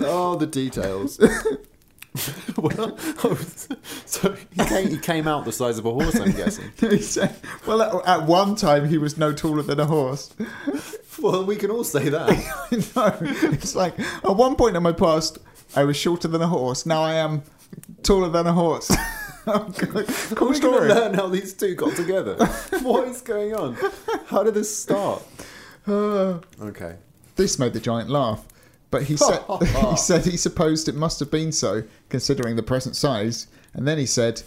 Oh, the details. well, I was- so he came, he came out the size of a horse, I'm guessing.
He said- well, at, at one time, he was no taller than a horse.
Well, we can all say that.
I know. It's like, at one point in my past, I was shorter than a horse. Now I am taller than a horse. Oh, God. cool
We're going to
story.
learn how these two got together. what is going on? How did this start?
Uh,
Okay.
This made the giant laugh, but he said he said he supposed it must have been so, considering the present size. And then he said,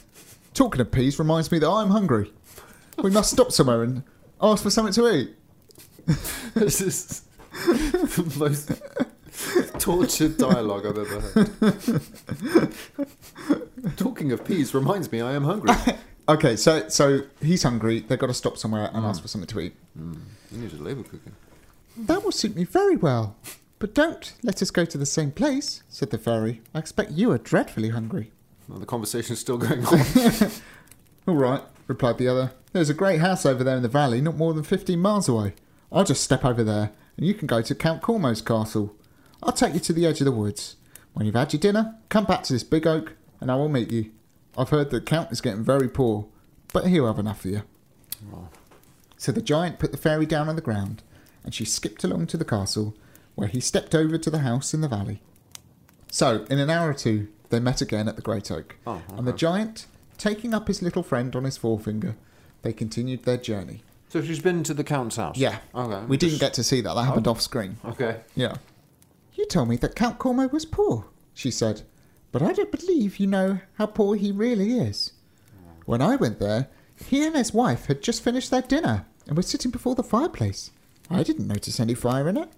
"Talking of peas reminds me that I'm hungry. We must stop somewhere and ask for something to eat."
This is the most tortured dialogue I've ever heard. Talking of peas reminds me I am hungry.
Okay, so so he's hungry. They've got to stop somewhere and ask for something to eat.
You need a labour cooking.
That will suit me very well. But don't let us go to the same place," said the fairy. "I expect you are dreadfully hungry."
Well, the conversation's still going on.
All right, replied the other. There's a great house over there in the valley, not more than 15 miles away. I'll just step over there, and you can go to Count Cormo's castle. I'll take you to the edge of the woods. When you've had your dinner, come back to this big oak, and I will meet you. I've heard that Count is getting very poor, but he'll have enough for you. So the giant put the fairy down on the ground, and she skipped along to the castle, where he stepped over to the house in the valley. So, in an hour or two, they met again at the great oak,
Oh,
and the giant, taking up his little friend on his forefinger, they continued their journey.
So she's been to the count's house.
Yeah,
Okay. Oh.
we didn't get to see that. That happened off screen.
Okay.
Yeah. You told me that Count Cormo was poor, she said, but I don't believe you know how poor he really is. When I went there, he and his wife had just finished their dinner and were sitting before the fireplace. I didn't notice any fire in it.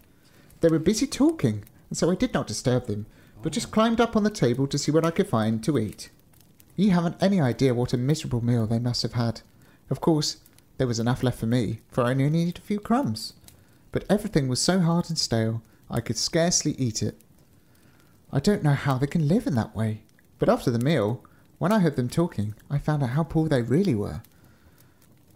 They were busy talking, and so I did not disturb them, but just climbed up on the table to see what I could find to eat. You haven't any idea what a miserable meal they must have had. Of course, there was enough left for me, for I only needed a few crumbs. But everything was so hard and stale, I could scarcely eat it. I don't know how they can live in that way. But after the meal, when I heard them talking, I found out how poor they really were.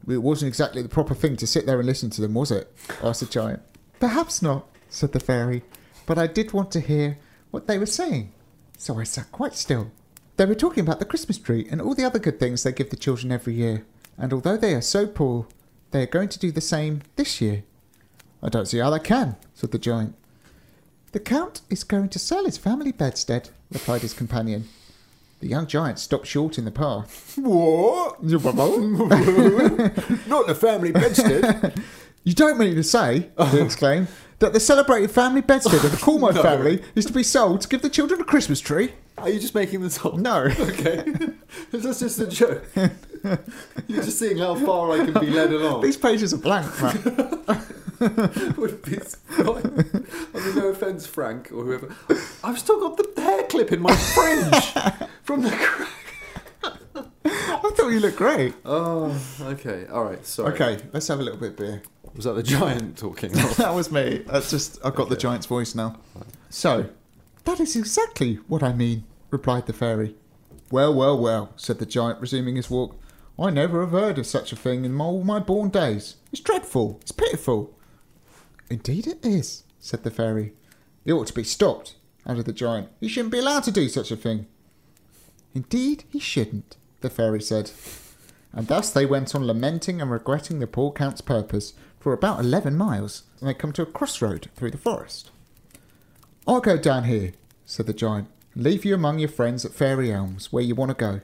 It wasn't exactly the proper thing to sit there and listen to them, was it? asked the giant. Perhaps not, said the fairy, but I did want to hear what they were saying, so I sat quite still. They were talking about the Christmas tree and all the other good things they give the children every year, and although they are so poor, they are going to do the same this year. I don't see how they can, said the giant. The Count is going to sell his family bedstead, replied his companion. The young giant stopped short in the path.
What? Not the family bedstead.
You don't mean to say, he exclaimed, that the celebrated family bedstead of the Cornwall
No.
family is to be sold to give the children a Christmas tree?
Are you just making this up?
No.
Okay. That's just a joke. You're just seeing how far I can be led along.
These pages are blank, Matt.
Would be fine. I mean, no offence, Frank or whoever. I've still got the hair clip in my fringe from the crack.
I thought you looked great.
Oh, okay. All right. Sorry.
Okay, let's have a little bit of beer.
Was that the giant talking?
that was me. That's just I've got the giant's voice now. So that is exactly what I mean, replied the fairy. Well, well, well, said the giant, resuming his walk. I never have heard of such a thing in my- all my born days. It's dreadful. It's pitiful. Indeed it is, said the fairy. He ought to be stopped, added the giant. He shouldn't be allowed to do such a thing. Indeed he shouldn't, the fairy said. And thus they went on lamenting and regretting the poor count's purpose for about eleven miles, and they come to a crossroad through the forest. I'll go down here, said the giant, and leave you among your friends at Fairy Elms, where you want to go.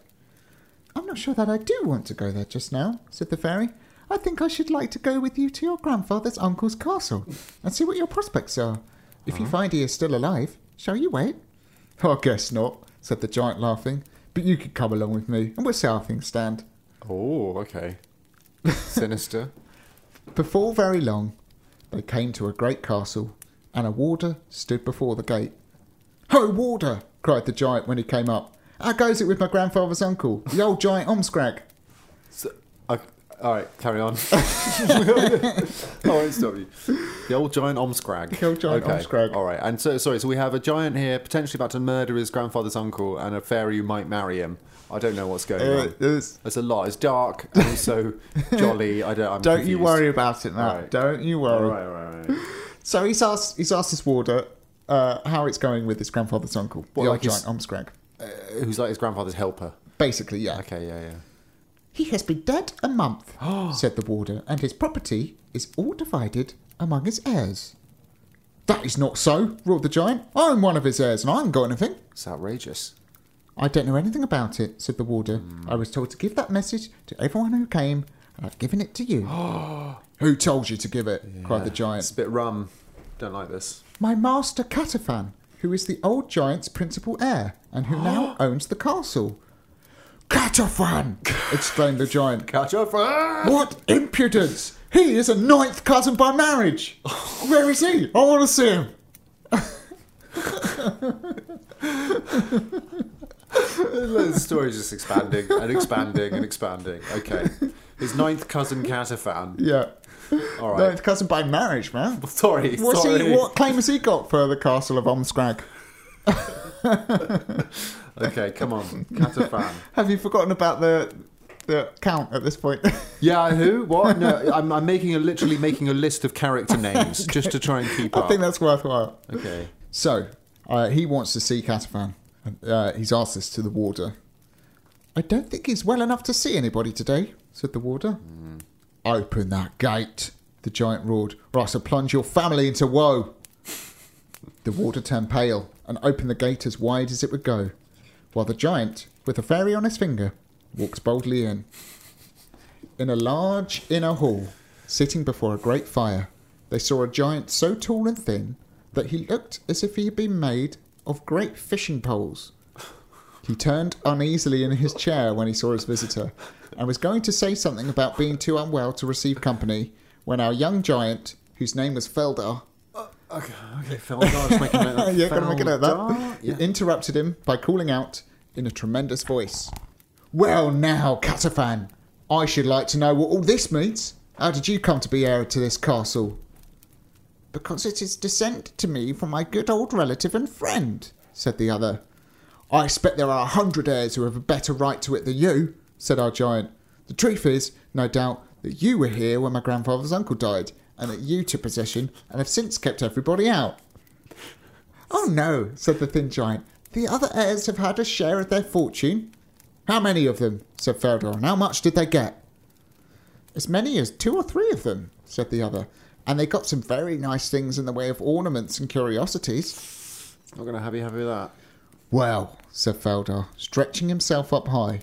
I'm not sure that I do want to go there just now, said the fairy. I think I should like to go with you to your grandfather's uncle's castle and see what your prospects are. If you find he is still alive, shall you wait? I guess not, said the giant, laughing. But you could come along with me, and we'll see how things stand.
Oh, okay. Sinister.
Before very long, they came to a great castle, and a warder stood before the gate. Ho, warder! cried the giant when he came up. How goes it with my grandfather's uncle, the old giant Omscrag?
So, I, all right, carry on. I won't stop you. The old giant Omscrag.
The old giant Omscrag.
All right, and so sorry. So we have a giant here potentially about to murder his grandfather's uncle, and a fairy who might marry him. I don't know what's going
Uh,
on. It's a lot. It's dark and also jolly. I don't. I'm
don't you
confused.
worry about it, now.
Right.
Don't you
All
worry.
right, all right, all right.
So he's asked, he's asked his warder uh, how it's going with his grandfather's uncle,
What,
the
like
old
his-
giant Omscrag.
Uh, Who's like his grandfather's helper?
Basically, yeah.
Okay, yeah, yeah.
He has been dead a month, said the warder, and his property is all divided among his heirs. That is not so, roared the giant. I'm one of his heirs, and I haven't got anything.
It's outrageous.
I don't know anything about it, said the warder. I was told to give that message to everyone who came, and I've given it to you. who told you to give it? cried the giant.
It's a bit rum. Don't like this.
My master Catafan, who is the old giant's principal heir and who now owns the castle. Catafan! exclaimed the giant.
Catch up. Ah!
What impudence! He is a ninth cousin by marriage! Where is he? I want to see him!
the story's just expanding and expanding and expanding. Okay. His ninth cousin Catafan.
Yeah.
All right.
Ninth cousin by marriage, man.
Sorry.
What's
sorry.
he, what claim has he got for the castle of Omscrag?
Okay, come on. Catafan.
Have you forgotten about the the count at this point?
Yeah, who? What? No, I'm, I'm making a literally making a list of character names just to try and keep
I
up.
think that's worthwhile.
okay.
So, uh, he wants to see Catafan. Uh, he's asked this to the warder. I don't think he's well enough to see anybody today, said the warder. Open that gate, the giant roared, or I shall plunge your family into woe. The warder turned pale and opened the gate as wide as it would go, while the giant, with a fairy on his finger, walks boldly in. In a large inner hall, sitting before a great fire, they saw a giant so tall and thin that he looked as if he had been made of great fishing poles. He turned uneasily in his chair when he saw his visitor, and was going to say something about being too unwell to receive company when our young giant, whose name was Feldar,
Okay, okay, Fel Dark's making it up.
yeah, gotta make it
Fel
out that.
Dark? Yeah.
Interrupted him by calling out in a tremendous voice. Well, now, Catafan, I should like to know what all this means. How did you come to be heir to this castle? Because it is descent to me from my good old relative and friend, said the other. I expect there are a hundred heirs who have a better right to it than you, said our giant. The truth is, no doubt, that you were here when my grandfather's uncle died, and that you took possession and have since kept everybody out. Oh no, said the thin giant. The other heirs have had a share of their fortune. How many of them? said Feldor, and how much did they get? As many as two or three of them, said the other, and they got some very nice things in the way of ornaments and curiosities.
Not gonna happy happy with that.
Well, said Feldar, stretching himself up high,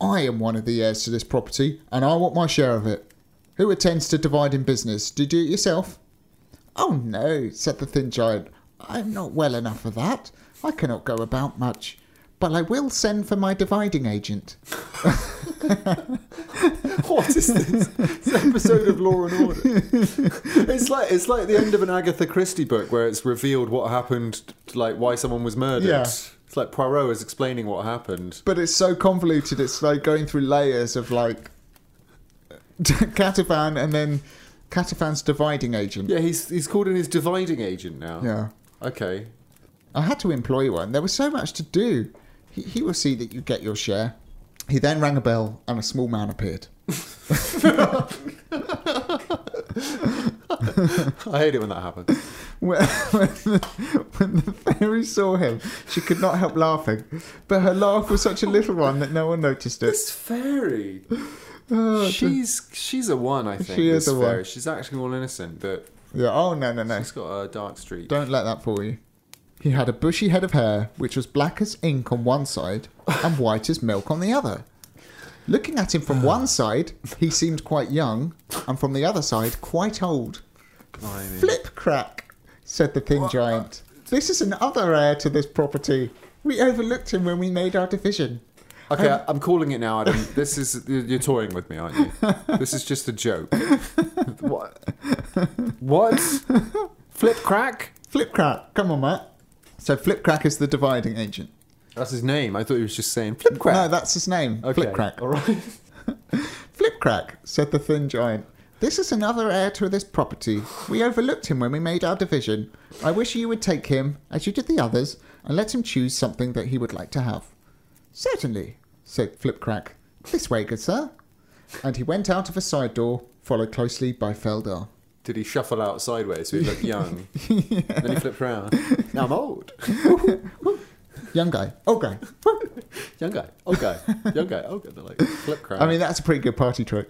I am one of the heirs to this property, and I want my share of it. Who attends to dividing business? Do you do it yourself? Oh no, said the thin giant. I'm not well enough for that. I cannot go about much. But I will send for my dividing agent.
What is this? It's an episode of Law and Order. It's like it's like the end of an Agatha Christie book where it's revealed what happened, like why someone was murdered.
Yeah.
It's like Poirot is explaining what happened.
But it's so convoluted, it's like going through layers of like Catafan and then Catafan's dividing agent.
Yeah, he's he's called in his dividing agent now.
yeah.
Okay.
I had to employ one. There was so much to do. He, he will see that you get your share. He then rang a bell, and a small man appeared.
I hate it when that happens.
When, when, the, when the fairy saw him, she could not help laughing, but her laugh was such a little one that no one noticed it.
This fairy. she's she's a one, I think.
Oh, She is
this
a one.
fairy. She's actually all innocent, but
Yeah. Oh no, no, no!
she's got a dark streak.
Don't let that fool you. He had a bushy head of hair, which was black as ink on one side and white as milk on the other. Looking at him from one side, he seemed quite young, and from the other side, quite old.
Blimey.
Flip crack, said the thin giant. This is another heir to this property. We overlooked him when we made our division.
Okay,
Um,
I- I'm calling it now, Adam. This is you're you're toying with me, aren't you? This is just a joke. What? What? Flip crack?
Flip crack, come on, Matt. So Flip crack is the dividing agent.
That's his name. I thought he was just saying flip crack.
No, that's his name.
Okay,
Flip crack.
All right.
Flip crack, said the thin giant. This is another heir to this property. We overlooked him when we made our division. I wish you would take him, as you did the others, and let him choose something that he would like to have. Certainly, said Flipcrack. This way, good sir. And he went out of a side door, followed closely by Feldar.
Did he shuffle out sideways so he looked young? Then he flipped around. Now I'm old.
Young guy. Oh, guy.
Young guy. Old guy. Young guy. Old guy. They're like flip crack.
I mean, that's a pretty good party trick.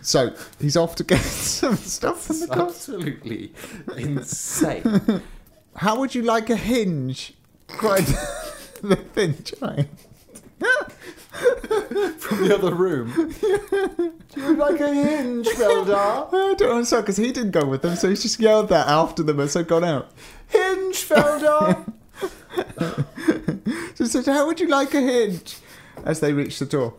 so he's off to get some stuff from the
It's
cops.
absolutely insane.
How would you like a hinge? Cried the thin giant.
From the other room. Do you like a hinge, Feldar?
I don't understand because he didn't go with them, so he's just yelled that after them as they've gone out.
Hinge, Feldar.
So he said, How would you like a hinge? As they reached the door.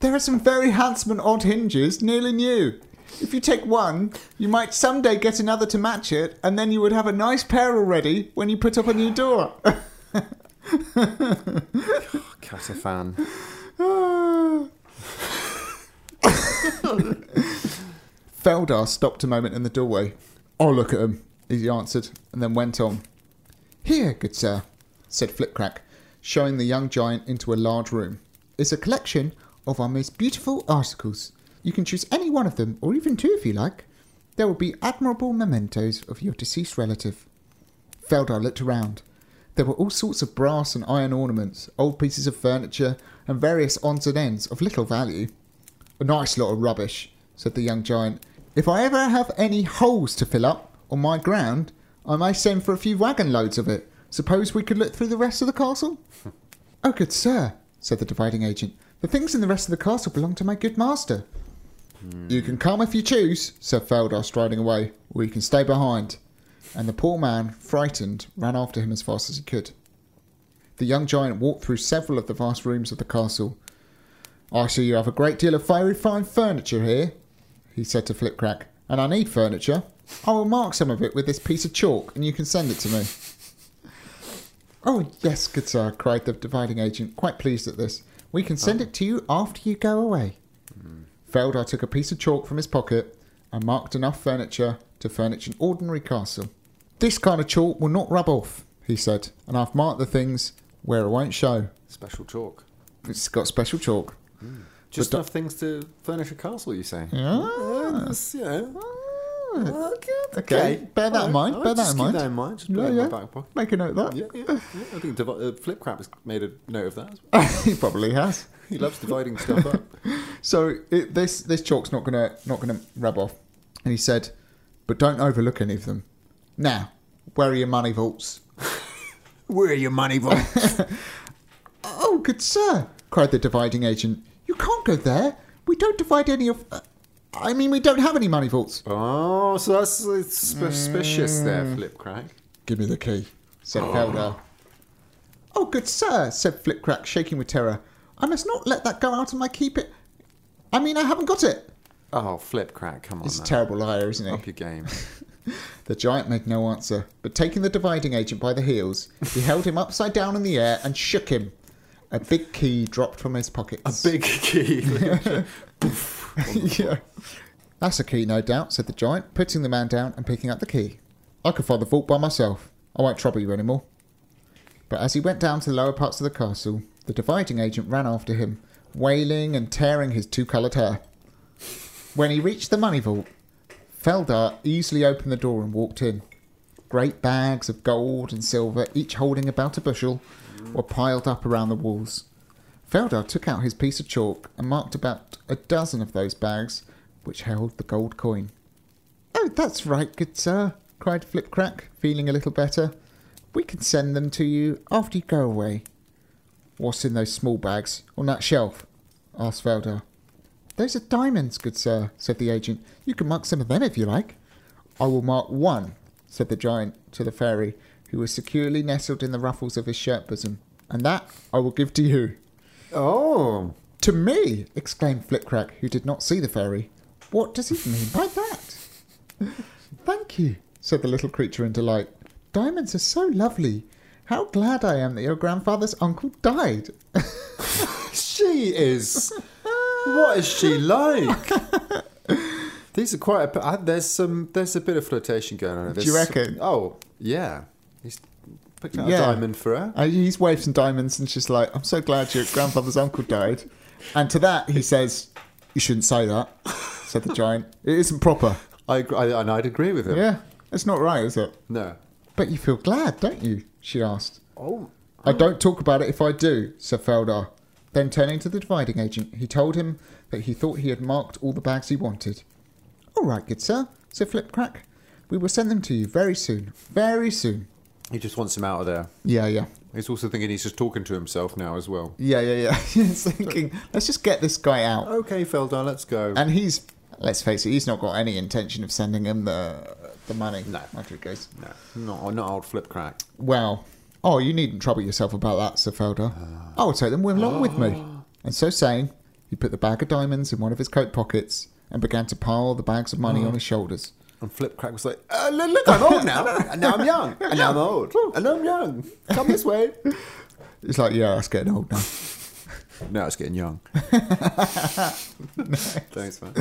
There are some very handsome and odd hinges, nearly new. If you take one, you might someday get another to match it, and then you would have a nice pair already when you put up a new door.
Catafan.
Feldar stopped a moment in the doorway. I'll look at him, he answered, and then went on. Here, good sir, said Flipcrack, showing the young giant into a large room, is a collection of our most beautiful articles. You can choose any one of them, or even two if you like. There will be admirable mementos of your deceased relative. Feldar looked around. There were all sorts of brass and iron ornaments, old pieces of furniture, and various odds and ends of little value. A nice lot of rubbish, said the young giant. If I ever have any holes to fill up on my ground, I may send for a few wagon loads of it. Suppose we could look through the rest of the castle? oh, good sir, said the dividing agent. The things in the rest of the castle belong to my good master. You can come if you choose, said Feldar, striding away, or you can stay behind. And the poor man, frightened, ran after him as fast as he could. The young giant walked through several of the vast rooms of the castle. I see you have a great deal of very fine furniture here, he said to Flipcrack, and I need furniture. I will mark some of it with this piece of chalk, and you can send it to me. Oh, yes, good sir, cried the dividing agent, quite pleased at this. We can send it to you after you go away. Feldar took a piece of chalk from his pocket and marked enough furniture to furnish an ordinary castle. This kind of chalk will not rub off, he said, and I've marked the things where it won't show.
Special chalk.
It's got special chalk.
Just
But
enough things to furnish a castle, you say?
Ah.
That's, you know,
Ah.
okay.
Okay, bear that in
Alright,
mind,
alright,
bear that
just
in
keep
mind.
that in mind. Just put
Yeah,
it in my
yeah.
back pocket.
Make a note of that.
Yeah, yeah, yeah. I think Divi- uh, Flipcrap has made a note of that. As well.
he probably has.
He loves dividing stuff up.
So it, this this chalk's not gonna not gonna rub off. And he said, but don't overlook any of them. Now, where are your money vaults?
Where are your money, boy?
Oh, good sir, cried the dividing agent. You can't go there. We don't divide any of. Uh, I mean, we don't have any money vaults.
oh, so that's it's
Mm.
suspicious there, Flipcrack.
Give me the key, said Feldar. Oh, good sir, said Flipcrack, shaking with terror. I must not let that go out of my keep it. I mean, I haven't got it.
Oh, Flipcrack, come on
He's a
now.
terrible liar, isn't he?
Up your game.
The giant made no answer, but taking the dividing agent by the heels, he held him upside down in the air and shook him. A big key dropped from his pockets.
Big key.
yeah. That's a key, no doubt, said the giant, putting the man down and picking up the key. I can find the vault by myself. I won't trouble you any more. But as he went down to the lower parts of the castle, the dividing agent ran after him, wailing and tearing his two coloured hair. When he reached the money vault, Feldar easily opened the door and walked in. Great bags of gold and silver, each holding about a bushel, were piled up around the walls. Feldar took out his piece of chalk and marked about a dozen of those bags, which held the gold coin. Oh, that's right, good sir, cried Flipcrack, feeling a little better. We can send them to you after you go away. What's in those small bags on that shelf? asked Feldar. Those are diamonds, good sir, said the agent. You can mark some of them if you like. I will mark one, said the giant to the fairy, who was securely nestled in the ruffles of his shirt bosom, and that I will give to you.
oh,
To me! exclaimed Flipcrack, who did not see the fairy. What does he mean by that? Thank you, said the little creature in delight. Diamonds are so lovely. How glad I am that your grandfather's uncle died.
she is. What is she like? These are quite. A, uh, there's some. There's a bit of flirtation going on. at
Do
this.
you reckon?
Oh yeah. He's picked out
Yeah.
a diamond for her.
And Uh, he's waved some diamonds and she's like, I'm so glad your grandfather's uncle died. And to that, he says, You shouldn't say that, said the giant. It isn't proper.
I, agr- I and I'd agree with him.
Yeah, it's not right, is it?
No.
But you feel glad, don't you? she asked.
Oh.
I don't talk about it if I do, said Feldar. Then turning to the dividing agent, he told him that he thought he had marked all the bags he wanted. All right, good sir, said Flipcrack. We will send them to you very soon. Very soon.
He just wants him out of there.
Yeah, yeah.
He's also thinking he's just talking to himself now as well.
Yeah, yeah, yeah. he's thinking, let's just get this guy out.
Okay, Feldar, let's go.
And he's, let's face it, he's not got any intention of sending him the the money
No.
after it goes.
no, not, not old flip crack.
Well, oh, you needn't trouble yourself about that, Sir Felder. I will take them along with me. And so saying, he put the bag of diamonds in one of his coat pockets and began to pile the bags of money on his shoulders.
And flip crack was like, uh, look, look, I'm old now. and now I'm young. And now I'm old. And I'm young. Come this way.
It's like, yeah, that's getting old now.
No, it's getting young. Thanks, man.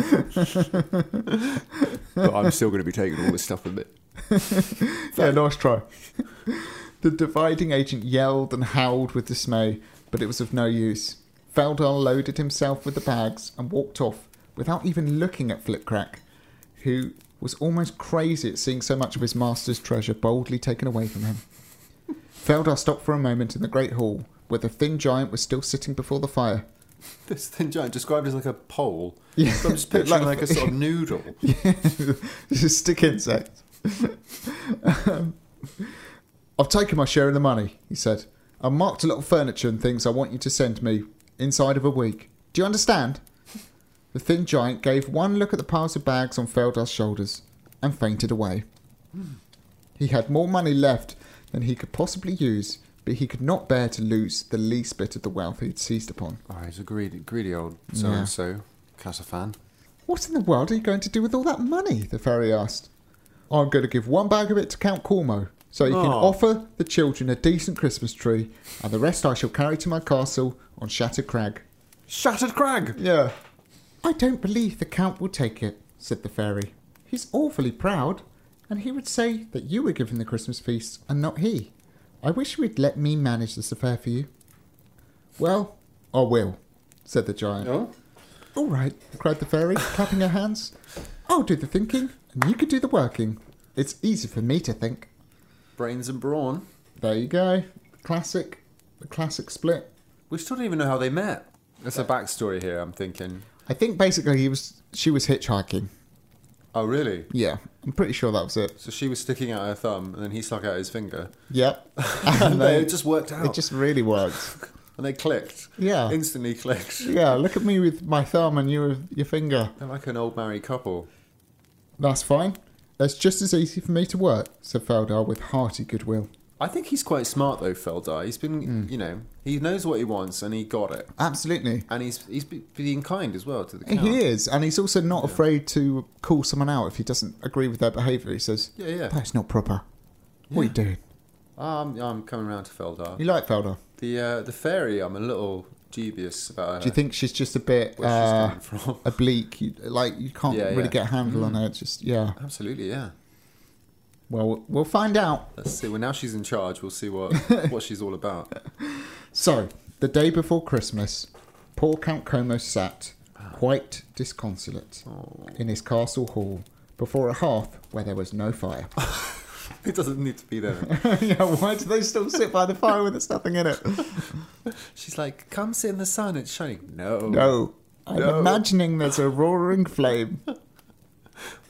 but I'm still going to be taking all this stuff with me.
yeah, nice try. the dividing agent yelled and howled with dismay, but it was of no use. Feldar loaded himself with the bags and walked off without even looking at Flipcrack, who was almost crazy at seeing so much of his master's treasure boldly taken away from him. Feldar stopped for a moment in the great hall, where the thin giant was still sitting before the fire.
This thin giant described as like a pole.
Yeah.
So I'm just picturing
Like-
like a sort of noodle.
Just a stick insect. I've taken my share of the money, he said. I marked a lot of furniture and things I want you to send me inside of a week. Do you understand? The thin giant gave one look at the piles of bags on Feldar's shoulders and fainted away. He had more money left than he could possibly use, but he could not bear to lose the least bit of the wealth he had seized upon.
Oh, he's a greedy, greedy old so
Yeah.
and so. Casafan.
What in the world are you going to do with all that money? The fairy asked. I'm going to give one bag of it to Count Cormo, So you can
Aw.
offer the children a decent Christmas tree, and the rest I shall carry to my castle on Shattered Crag.
Shattered Crag!
Yeah. I don't believe the Count will take it, said the fairy. He's awfully proud, and he would say that you were given the Christmas feast and not he. I wish you would let me manage this affair for you. Well, I will, said the giant.
Oh?
All right, cried the fairy, clapping her hands. I'll do the thinking, and you can do the working. It's easy for me to think.
Brains and brawn.
There you go. Classic. The classic split.
We still don't even know how they met. That's a backstory here, I'm thinking.
I think basically he was she was hitchhiking.
Oh, really?
Yeah. I'm pretty sure that was it.
So she was sticking out her thumb, and then he stuck out his finger.
Yep.
And they, it just worked out.
It just really worked.
and they clicked.
Yeah.
Instantly clicked.
Yeah, look at me with my thumb and you with your finger.
They're like an old married couple.
That's fine. That's just as easy for me to work, said Feldar with hearty goodwill.
I think he's quite smart though, Feldar. He's
Hmm.
been, you know, he knows what he wants and he got it.
Absolutely.
And he's he's be- being kind as well to the count.
He is, and he's also not afraid to call someone out if he doesn't agree with their behaviour. He says,
Yeah, yeah.
That's not proper. What are you doing?
Um, I'm coming round to Feldar.
You like Felder?
The uh, the fairy, I'm a little dubious about her.
Do you think she's just a bit
where
uh,
she's coming from?
oblique? You, like, you can't
Yeah, Mm.
really
yeah.
get a handle on her. It's just, yeah.
Absolutely, yeah.
Well, we'll find out.
Let's see. Well, now she's in charge. We'll see what what she's all about.
So, the day before Christmas, poor Count Como sat, quite disconsolate,
Oh.
in his castle hall before a hearth where there was no fire.
It doesn't need to be there.
yeah, why do they still sit by the fire when there's nothing in it?
She's like, "Come sit in the sun. It's shining." No.
No. I'm
No.
imagining there's a roaring flame.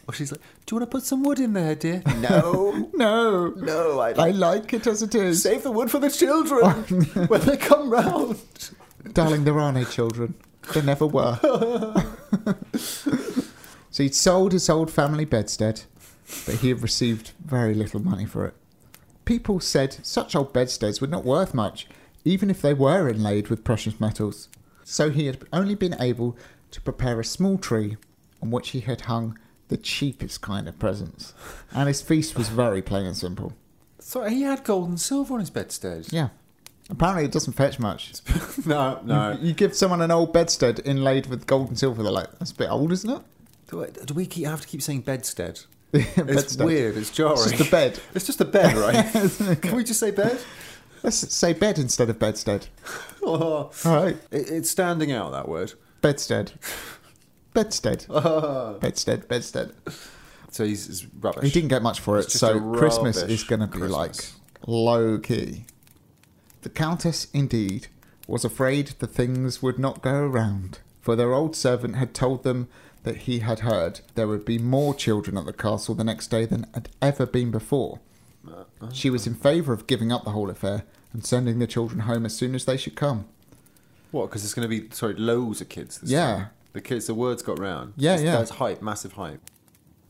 Or she's like, "Do you want to put some wood in there, dear?" No.
No.
no.
I like it as it is.
Save the wood for the children when they come round.
Darling, there are no children. There never were. so he'd sold his old family bedstead, but he had received very little money for it. People said such old bedsteads were not worth much, even if they were inlaid with precious metals. So he had only been able to prepare a small tree on which he had hung the cheapest kind of presents. And his feast was very plain and simple.
So he had gold and silver on his bedstead.
Yeah. Apparently, it doesn't fetch much.
no, no.
You give someone an old bedstead inlaid with gold and silver, they're like, that's a bit old, isn't it?
Do, I- do we keep, have to keep saying bedstead? It's
Bedstead.
weird. It's jarring.
It's just a bed.
It's just a bed, right? Can we just say bed?
Let's say bed instead of bedstead.
Oh,
All right.
it, it's standing out that word.
Bedstead. Bedstead.
Ah.
Bedstead. Bedstead.
so he's, he's rubbish.
He didn't get much for it,
It's just
so
a
Christmas
rubbish
is going to be
Christmas.
like low key. The Countess, indeed, was afraid the things would not go around, for their old servant had told them that he had heard there would be more children at the castle the next day than had ever been before.
Uh,
She was in favour of giving up the whole affair and sending the children home as soon as they should come.
What? Because it's going to be sorry, loads of kids. This
Yeah.
time. the kids. The words got round.
Yeah,
It's-
yeah.
There's hype, massive hype.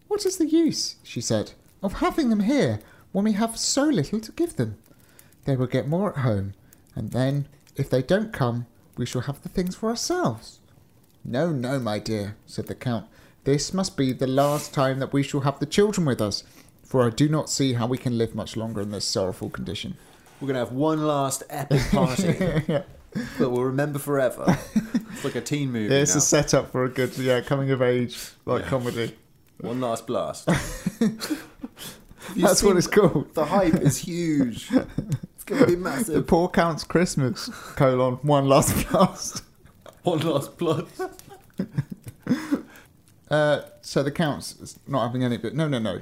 What is the use, she said, of having them here when we have so little to give them? They will get more at home, and then, if they don't come, we shall have the things for ourselves. No, no, my dear, said the Count. This must be the last time that we shall have the children with us, for I do not see how we can live much longer in this sorrowful condition.
We're going to have one last epic party that we'll remember forever. It's like a teen movie. now.
setup for a good, yeah, coming of age like comedy.
One last blast. You
That's what
see,
it's called.
The hype is huge. It's going to be
The
massive.
poor Count's Christmas colon one last blast.
One last blood.
Uh, so the count's not having any, but no, no, no.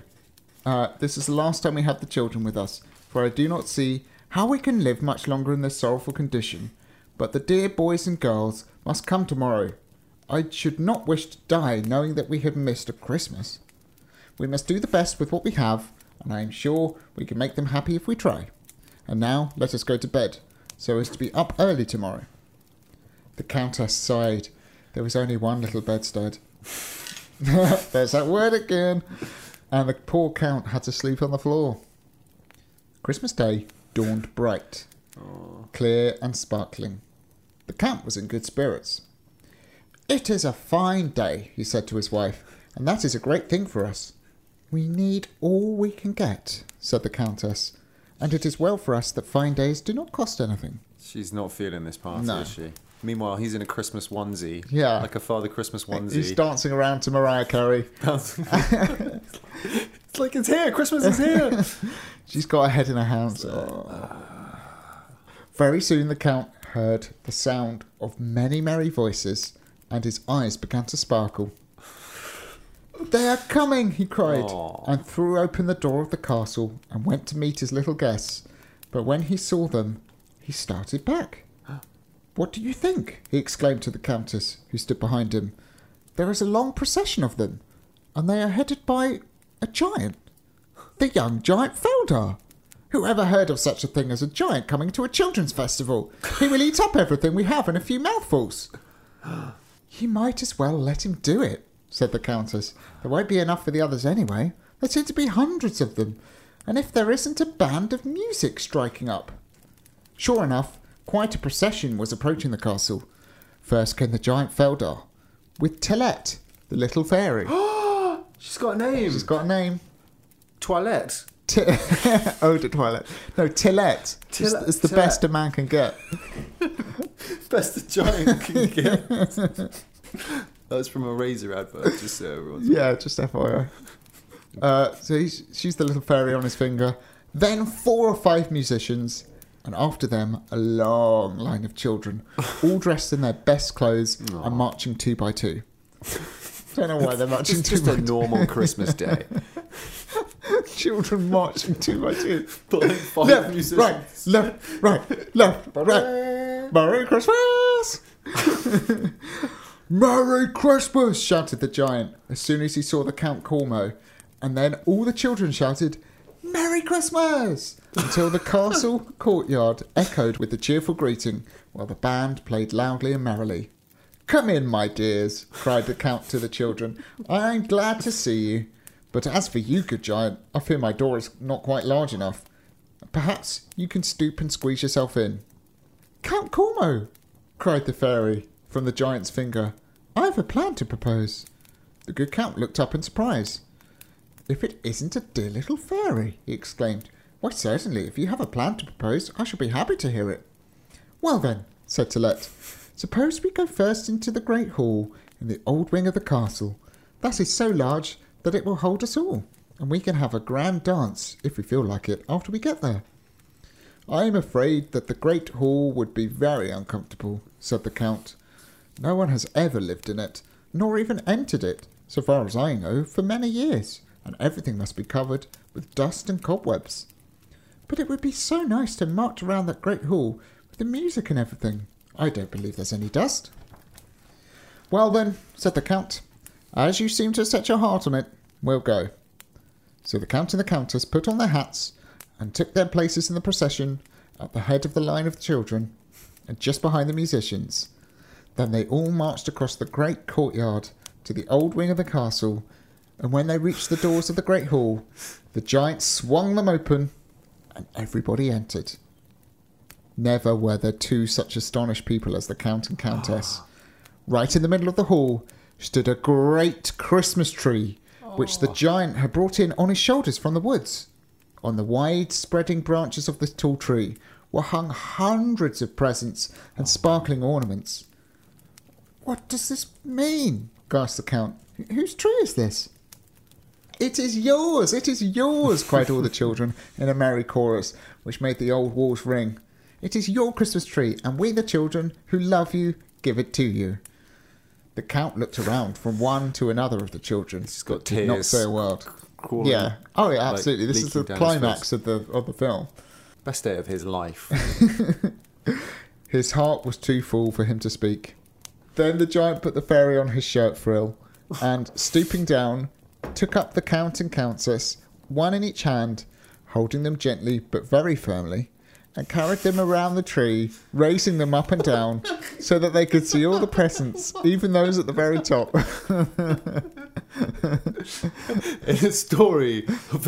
Uh, this is the last time we have the children with us, for I do not see how we can live much longer in this sorrowful condition. But the dear boys and girls must come tomorrow. I should not wish to die knowing that we have missed a Christmas. We must do the best with what we have, and I am sure we can make them happy if we try. And now let us go to bed, so as to be up early tomorrow. The countess sighed. There was only one little bedstead. There's that word again. And the poor count had to sleep on the floor. Christmas Day dawned bright, clear and sparkling. The count was in good spirits. It is a fine day, he said to his wife, and that is a great thing for us. We need all we can get, said the countess, and it is well for us that fine days do not cost anything.
She's not feeling this party,
No.
is she? Meanwhile, he's in a Christmas onesie.
Yeah.
Like a Father Christmas onesie.
He's dancing around to Mariah Carey.
it's like, it's here, Christmas is here.
She's got her head in her hands. Oh. Very soon the Count heard the sound of many merry voices, and his eyes began to sparkle. They are coming, he cried,
Aw.
and threw open the door of the castle and went to meet his little guests. But when he saw them, he started back. What do you think? he exclaimed to the Countess, who stood behind him. There is a long procession of them, and they are headed by a giant. The young giant Feldar. Who ever heard of such a thing as a giant coming to a children's festival? He will eat up everything we have in a few mouthfuls. You might as well let him do it, said the Countess. There won't be enough for the others anyway. There seem to be hundreds of them. And if there isn't a band of music striking up. Sure enough, quite a procession was approaching the castle. First came the giant Feldar, with Telette, the little fairy.
She's got a name.
She's got a name.
Toilette.
T- Ode to Twilight. No, Tillette. It's,
Tillette-
it's the
Tillette.
best a man can get.
Best a giant can get. that was from a razor advert, just so everyone's.
Yeah, just FYI. Uh, so he's, she's the little fairy on his finger. Then four or five musicians, and after them, a long line of children, all dressed in their best clothes and marching two by two. Don't know why they're marching
It's
two
just
by
a normal Christmas day.
two. Children marching two by two.
but like five
left,
musicians.
right, left, right, left, right. Merry Christmas! Merry Christmas! shouted the giant as soon as he saw the Count Cormo, and then all the children shouted, Merry Christmas! until the castle courtyard echoed with the cheerful greeting while the band played loudly and merrily. Come in, my dears, cried the Count to the children. I am glad to see you. But as for you, good giant, I fear my door is not quite large enough. Perhaps you can stoop and squeeze yourself in. Count Cormo! cried the fairy from the giant's finger. I've a plan to propose. The good count looked up in surprise. If it isn't a dear little fairy, he exclaimed. Why, certainly, if you have a plan to propose, I shall be happy to hear it. Well then, said Tillette, suppose we go first into the great hall in the old wing of the castle. That is so large that it will hold us all, and we can have a grand dance, if we feel like it, after we get there. I'm afraid that the Great Hall would be very uncomfortable, said the Count. No one has ever lived in it, nor even entered it, so far as I know, for many years, and everything must be covered with dust and cobwebs. But it would be so nice to march around that Great Hall with the music and everything. I don't believe there's any dust. Well then, said the Count, as you seem to set your heart on it, we'll go. So the Count and the Countess put on their hats and took their places in the procession at the head of the line of children and just behind the musicians. Then they all marched across the great courtyard to the old wing of the castle, and when they reached the doors of the great hall, the giant swung them open and everybody entered. Never were there two such astonished people as the Count and Countess. Right in the middle of the hall stood a great Christmas tree, which the giant had brought in on his shoulders from the woods. On the wide spreading branches of this tall tree were hung hundreds of presents
Oh,
and sparkling ornaments. What does this mean? gasped the Count. "Wh- Whose tree is this? It is yours! It is yours! cried all the children in a merry chorus, which made the old walls ring. It is your Christmas tree, and we, the children who love you, give it to you. The Count looked around from one to another of the children.
He's got
did not
tears
say a word.
crawling.
Yeah. Oh, yeah,
like,
absolutely. this is the
leaking down his
climax of the of the film.
Best day of his life.
His heart was too full for him to speak. Then the giant put the fairy on his shirt frill and, stooping down, took up the count and countess, one in each hand, holding them gently but very firmly, and carried them around the tree, raising them up and down so that they could see all the presents, even those at the very top.
in a story of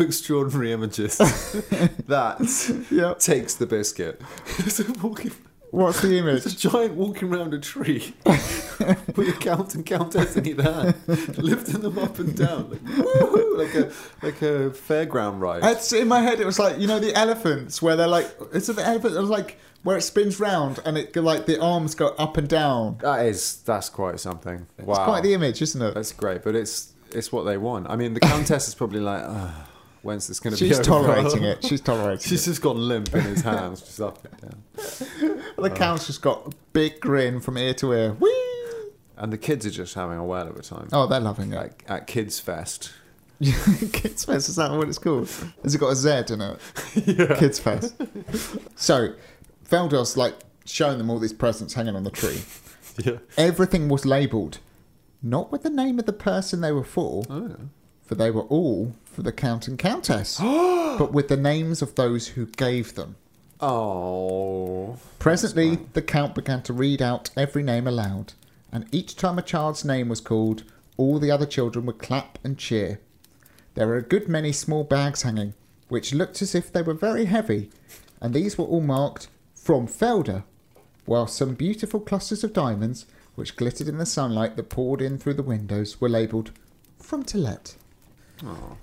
extraordinary images, that
yep.
takes the biscuit. It's a, walking,
What's the
it's a
image?
giant walking round a tree with a count and countess in either hand, lifting them up and down. Like, woo like a like a fairground ride.
That's in my head. It was like you know the elephants where they're like, is it the elephant? It was like where it spins round and it like the arms go up and down.
that is that's quite something. Wow,
It's quite the image, isn't it?
that's great. But it's it's what they want. I mean, the countess is probably like, "Ugh, when's this going to be?
She's
over?"
tolerating it. She's tolerating
She's just gone limp in his hands, just up and down.
it. The count's just got a big grin from ear to ear. Whee!
And the kids are just having a whale of a time
Oh, they're loving it.
at, at Kids Fest.
Kids Fest, is that what it's called? Has it got a Z in it? Kids Fest. So, Veldos, like, showing them all these presents hanging on the tree.
Yeah.
Everything was labelled, not with the name of the person they were for,
Oh,
for they were all for the Count and Countess, but with the names of those who gave them.
Oh.
Presently, the Count began to read out every name aloud, and each time a child's name was called, all the other children would clap and cheer. There were a good many small bags hanging, which looked as if they were very heavy, and these were all marked from Felder, while some beautiful clusters of diamonds, which glittered in the sunlight that poured in through the windows, were labelled from Tillette.
Oh.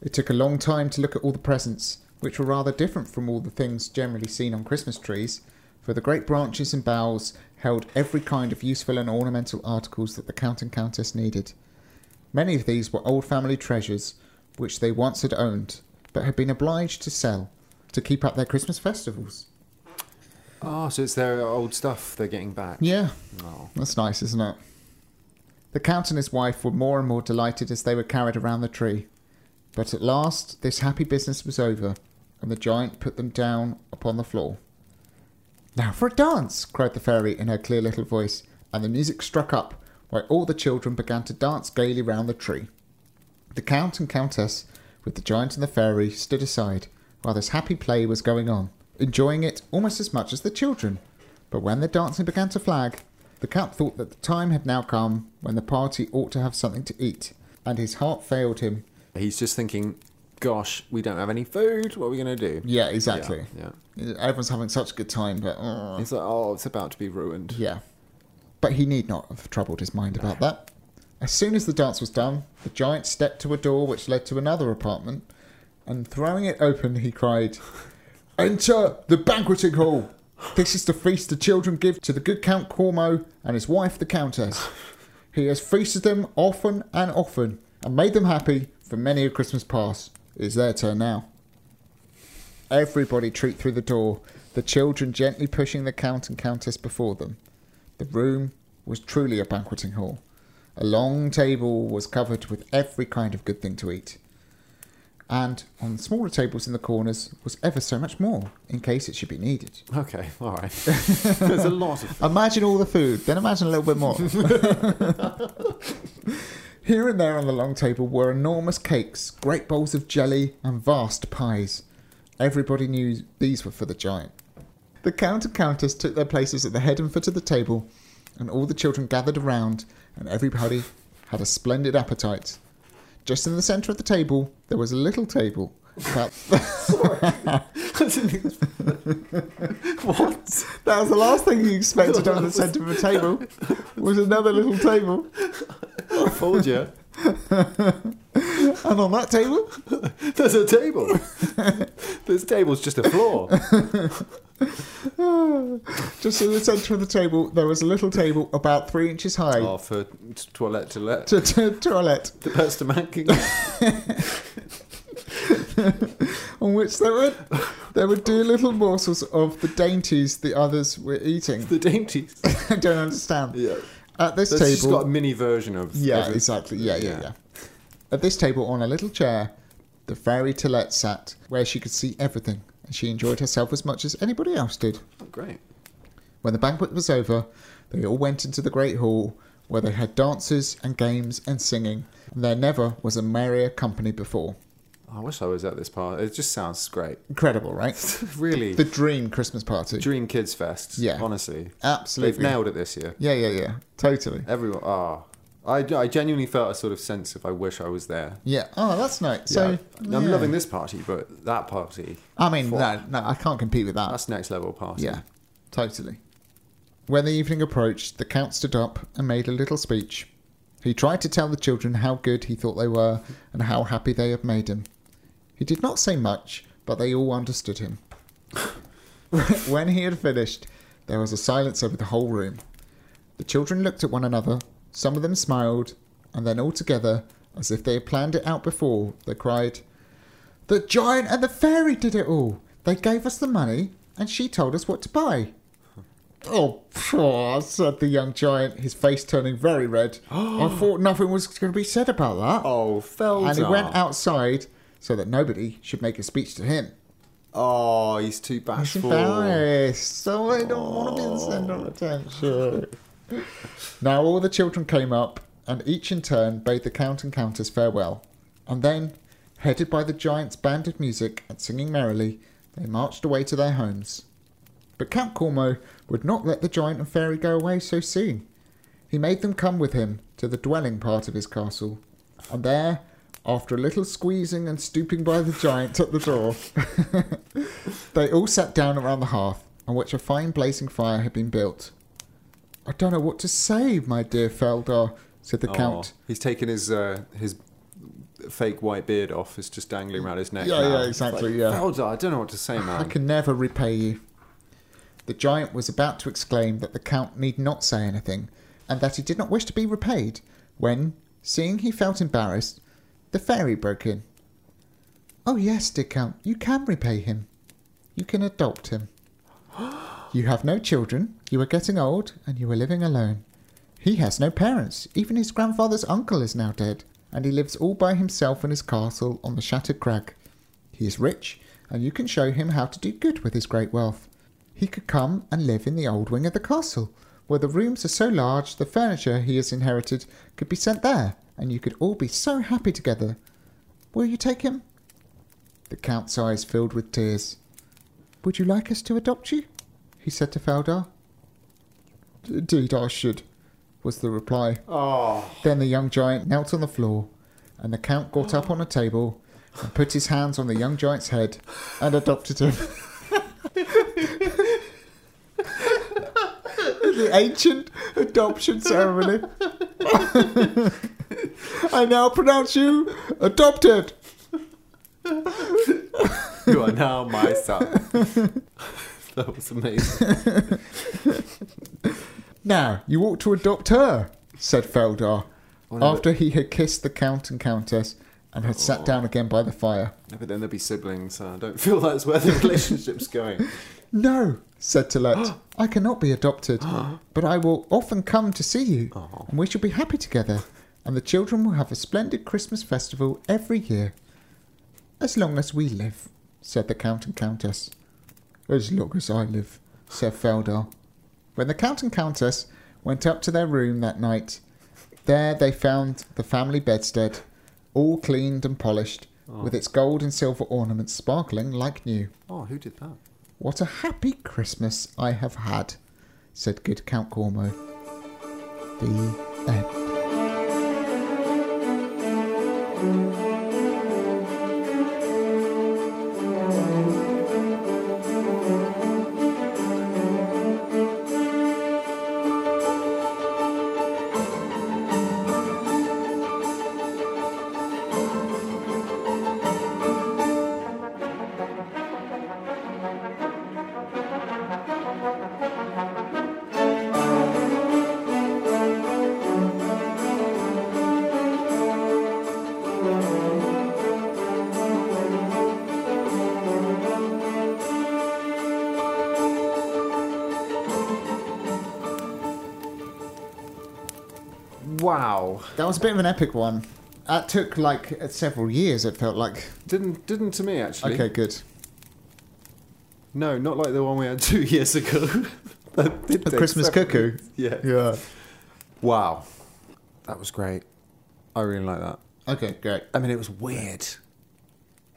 It took a long time to look at all the presents, which were rather different from all the things generally seen on Christmas trees, for the great branches and boughs held every kind of useful and ornamental articles that the Count and Countess needed. Many of these were old family treasures, which they once had owned, but had been obliged to sell to keep up their Christmas festivals.
Oh, so it's their old stuff they're getting back.
Yeah,
Oh.
that's nice, isn't it? The Count and his wife were more and more delighted as they were carried around the tree. But at last, this happy business was over, and the giant put them down upon the floor. Now for a dance! cried the fairy in her clear little voice, and the music struck up, while all the children began to dance gaily round the tree. The Count and Countess, with the giant and the fairy, stood aside, while this happy play was going on, enjoying it almost as much as the children. But when the dancing began to flag, the Count thought that the time had now come when the party ought to have something to eat, and his heart failed him
He's just thinking, gosh, we don't have any food. What are we going to do?
Yeah, exactly.
Yeah.
Everyone's having such a good time, but uh,
He's like, oh, it's about to be ruined.
yeah. But he need not have troubled his mind about that. As soon as the dance was done, the giant stepped to a door which led to another apartment, and throwing it open, he cried, "Enter the banqueting hall. This is the feast the children give to the good Count Cormo and his wife, the Countess. He has feasted them often and often, and made them happy for many a Christmas past. It is their turn now." Everybody trooped through the door, the children gently pushing the Count and Countess before them. The room was truly a banqueting hall. A long table was covered with every kind of good thing to eat. And on smaller tables in the corners was ever so much more, in case it should be needed.
Okay, all right. There's a lot of.
Imagine all the food, then imagine a little bit more. Here and there on the long table were enormous cakes, great bowls of jelly, and vast pies. Everybody knew these were for the giant. The Count and Countess took their places at the head and foot of the table, and all the children gathered around, and everybody had a splendid appetite. Just in the centre of the table, there was a little table. About...
what?
that was the last thing you expected on the centre of a table, was another little table.
I told you.
And on that table,
There's a table. this table's just a floor.
just in the centre of the table, there was a little table about three inches high
Oh, for t- toilet to let.
to, to toilet,
the best of making.
on which there were there were dear little morsels of the dainties the others were eating.
the dainties.
I don't understand.
Yeah.
At this
That's just
table,
got a mini version of.
yeah,
every-
exactly, yeah, yeah,
Yeah.
yeah, At this table, on a little chair, the fairy Tillette sat, where she could see everything, and she enjoyed herself as much as anybody else did.
Oh, great.
When the banquet was over, they all went into the great hall, where they had dances and games and singing, and there never was a merrier company before.
Oh, I wish I was at this party. It just sounds great.
Incredible, right?
really.
The dream Christmas party.
Dream Kids Fest.
Yeah.
Honestly. They've
Absolutely.
nailed it this year.
yeah, yeah, yeah. Totally.
Everyone. Ah. I, I genuinely felt a sort of sense of I wish I was there.
Yeah. Oh, that's nice. So
yeah. I'm
yeah.
loving this party, but that party,
I mean, no, no, I can't compete with that.
that's next level party.
Yeah, totally. When the evening approached, the Count stood up and made a little speech. He tried to tell the children how good he thought they were and how happy they had made him. He did not say much, but they all understood him. when he had finished, there was a silence over the whole room. The children looked at one another, some of them smiled, and then all together, as if they had planned it out before, they cried, The giant and the fairy did it all! They gave us the money, and she told us what to buy. Oh, pshaw, said the young giant, his face turning very red. I thought nothing was going to be said about that.
Oh, Felder.
and he went outside so that nobody should make a speech to him.
Oh, he's too
He's
bashful.
embarrassed, so I don't want to be the centre of attention. now all the children came up, and each in turn bade the count and countess farewell. And then, headed by the giant's band of music and singing merrily, they marched away to their homes. But Count Cormo would not let the giant and fairy go away so soon. He made them come with him to the dwelling part of his castle, and there, after a little squeezing and stooping by the giant at the door, they all sat down around the hearth, on which a fine blazing fire had been built. I don't know what to say, my dear Feldar, said the
Oh,
count.
He's taken his uh, his fake white beard off. It's just dangling around his neck.
Yeah,
now.
yeah,
It's
exactly,
like,
yeah.
Felder, I don't know what to say,
I
man.
can never repay you. The giant was about to exclaim that the count need not say anything, and that he did not wish to be repaid, when, seeing he felt embarrassed, the fairy broke in. Oh, yes, dear count, you can repay him. You can adopt him. You have no children, you are getting old, and you are living alone. He has no parents, even his grandfather's uncle is now dead, and he lives all by himself in his castle on the shattered crag. He is rich, and you can show him how to do good with his great wealth. He could come and live in the old wing of the castle, where the rooms are so large the furniture he has inherited could be sent there, and you could all be so happy together. Will you take him? The count's eyes filled with tears. Would you like us to adopt you? he said to Feldar. Indeed, I should, was the reply.
Oh,
Then the young giant knelt on the floor, and the count got up on a table and put his hands on the young giant's head and adopted him. the ancient adoption ceremony. I now pronounce you adopted.
you are now my son. that was amazing.
Now, you ought to adopt her, said Feldar,
Oh, no,
after he had kissed the count and countess and had sat down again by the fire.
No, but then there'll be siblings. and I don't feel that's where the relationship's going.
No, said Tylette. I cannot be adopted,
Oh,
but I will often come to see you,
Aw.
and we shall be happy together, and the children will have a splendid Christmas festival every year. As long as we live, said the Count and Countess. As long as I live, said Feldar. When the Count and Countess went up to their room that night, there they found the family bedstead, all cleaned and polished, with its gold and silver ornaments sparkling like new.
Oh, who did that?
What a happy Christmas I have had, said good Count Cormo. The end.
Wow.
That was a bit of an epic one. That took like several years, it felt like.
Didn't didn't to me actually.
Okay, good.
No, not like the one we had two years ago. that did
A
take
Christmas
several-
cuckoo.
Yeah.
Yeah.
Wow. That was great. I really like that.
Okay, great.
I mean, it was weird.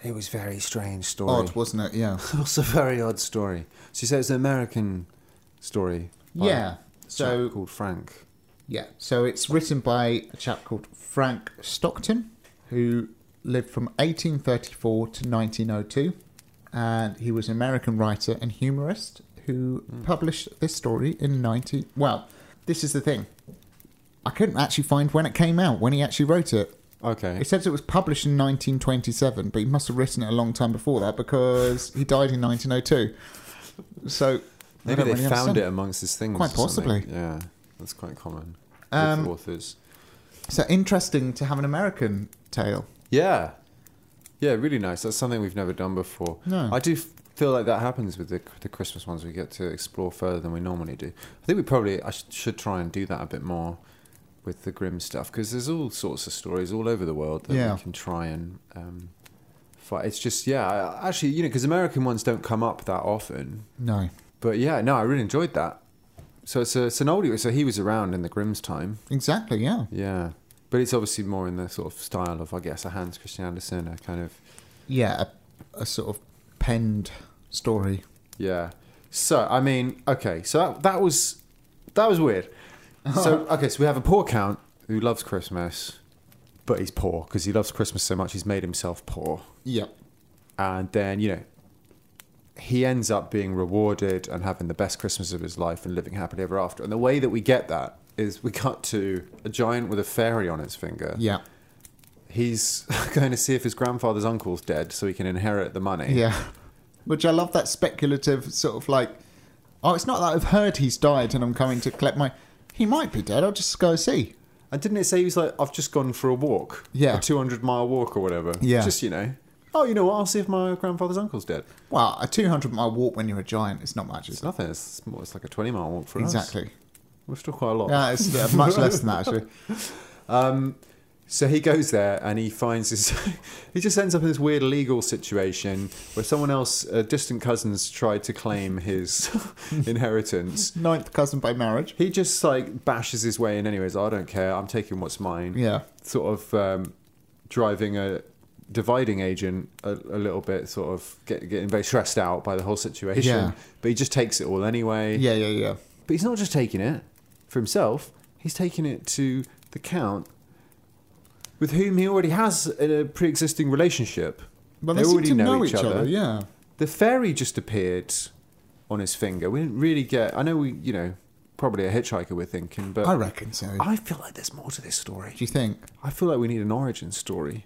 It was very strange story.
Odd, wasn't it? Yeah.
also very odd story. She says it's an American story. by
Yeah,
a chap
so-
called Frank.
Yeah. So it's written by a chap called Frank Stockton, who lived from 1834 to 1902. And he was an American writer and
Hmm.
humorist who published this story in 19. Well, this is the thing. I couldn't actually find when it came out, when he actually wrote it.
Okay.
He says it was published in 1927, but he must have written it a long time before that because he died in 1902. So I
Maybe
don't
they
really
found
understand.
it amongst his things.
Quite
or something.
possibly.
Yeah, that's quite common with
Um,
authors.
So interesting to have an American tale.
Yeah, yeah, really nice. That's something we've never done before.
No.
I do f- feel like that happens with the the Christmas ones. We get to explore further than we normally do. I think we probably I sh- should try and do that a bit more with the grim stuff because there's all sorts of stories all over the world that
Yeah.
we can try and. Um, find. It's just yeah, I- actually, you know, because American ones don't come up that often.
No.
But yeah, no, I really enjoyed that. So it's, a, it's an oldie. So he was around in the Grimm's time.
Exactly, yeah.
Yeah. But it's obviously more in the sort of style of, I guess, a Hans Christian Andersen, a kind of.
Yeah, a, a sort of penned story.
Yeah. So, I mean, okay. So that, that was. That was weird. So, okay, so we have a poor count who loves Christmas, but he's poor because he loves Christmas so much he's made himself poor.
Yep.
and then you know he ends up being rewarded and having the best christmas of his life and living happily ever after and the way that we get that is we cut to a giant with a fairy on its finger
Yeah.
he's going to see if his grandfather's uncle's dead so he can inherit the money
Yeah. Which I love that speculative sort of like, oh, it's not that I've heard he's died and I'm coming to collect my. He might be dead. I'll just go see.
and didn't it say he was like i've just gone for a walk
Yeah.
a 200 mile walk or whatever
Yeah.
just you know oh you know what i'll see if my grandfather's uncle's dead
Well, a 200 mile walk when you're a giant is not much, is
it's
it?
nothing it's, more, it's like a 20 mile walk for us
Exactly.
we're still quite a lot
Yeah, it's uh, much less than that, actually.
Um, so he goes there and he finds his. he just ends up in this weird legal situation where someone else, uh, distant cousins, tried to claim his inheritance.
Ninth cousin by marriage.
He just like bashes his way in, anyways. I don't care. I'm taking what's mine.
Yeah.
Sort of um, driving a dividing agent a, a little bit, sort of get, getting very stressed out by the whole situation.
Yeah.
But he just takes it all anyway.
Yeah, yeah, yeah.
But he's not just taking it for himself, he's taking it to the Count, with whom he already has a pre existing relationship.
Well,
they,
they, seem
already
to
know, each, other.
Yeah.
The fairy just appeared on his finger. We didn't really get. I know we, you know, probably a hitchhiker we're thinking, but
I
I,
reckon so. Do
feel like there's more to this story.
you think?
I feel like we need an origin story.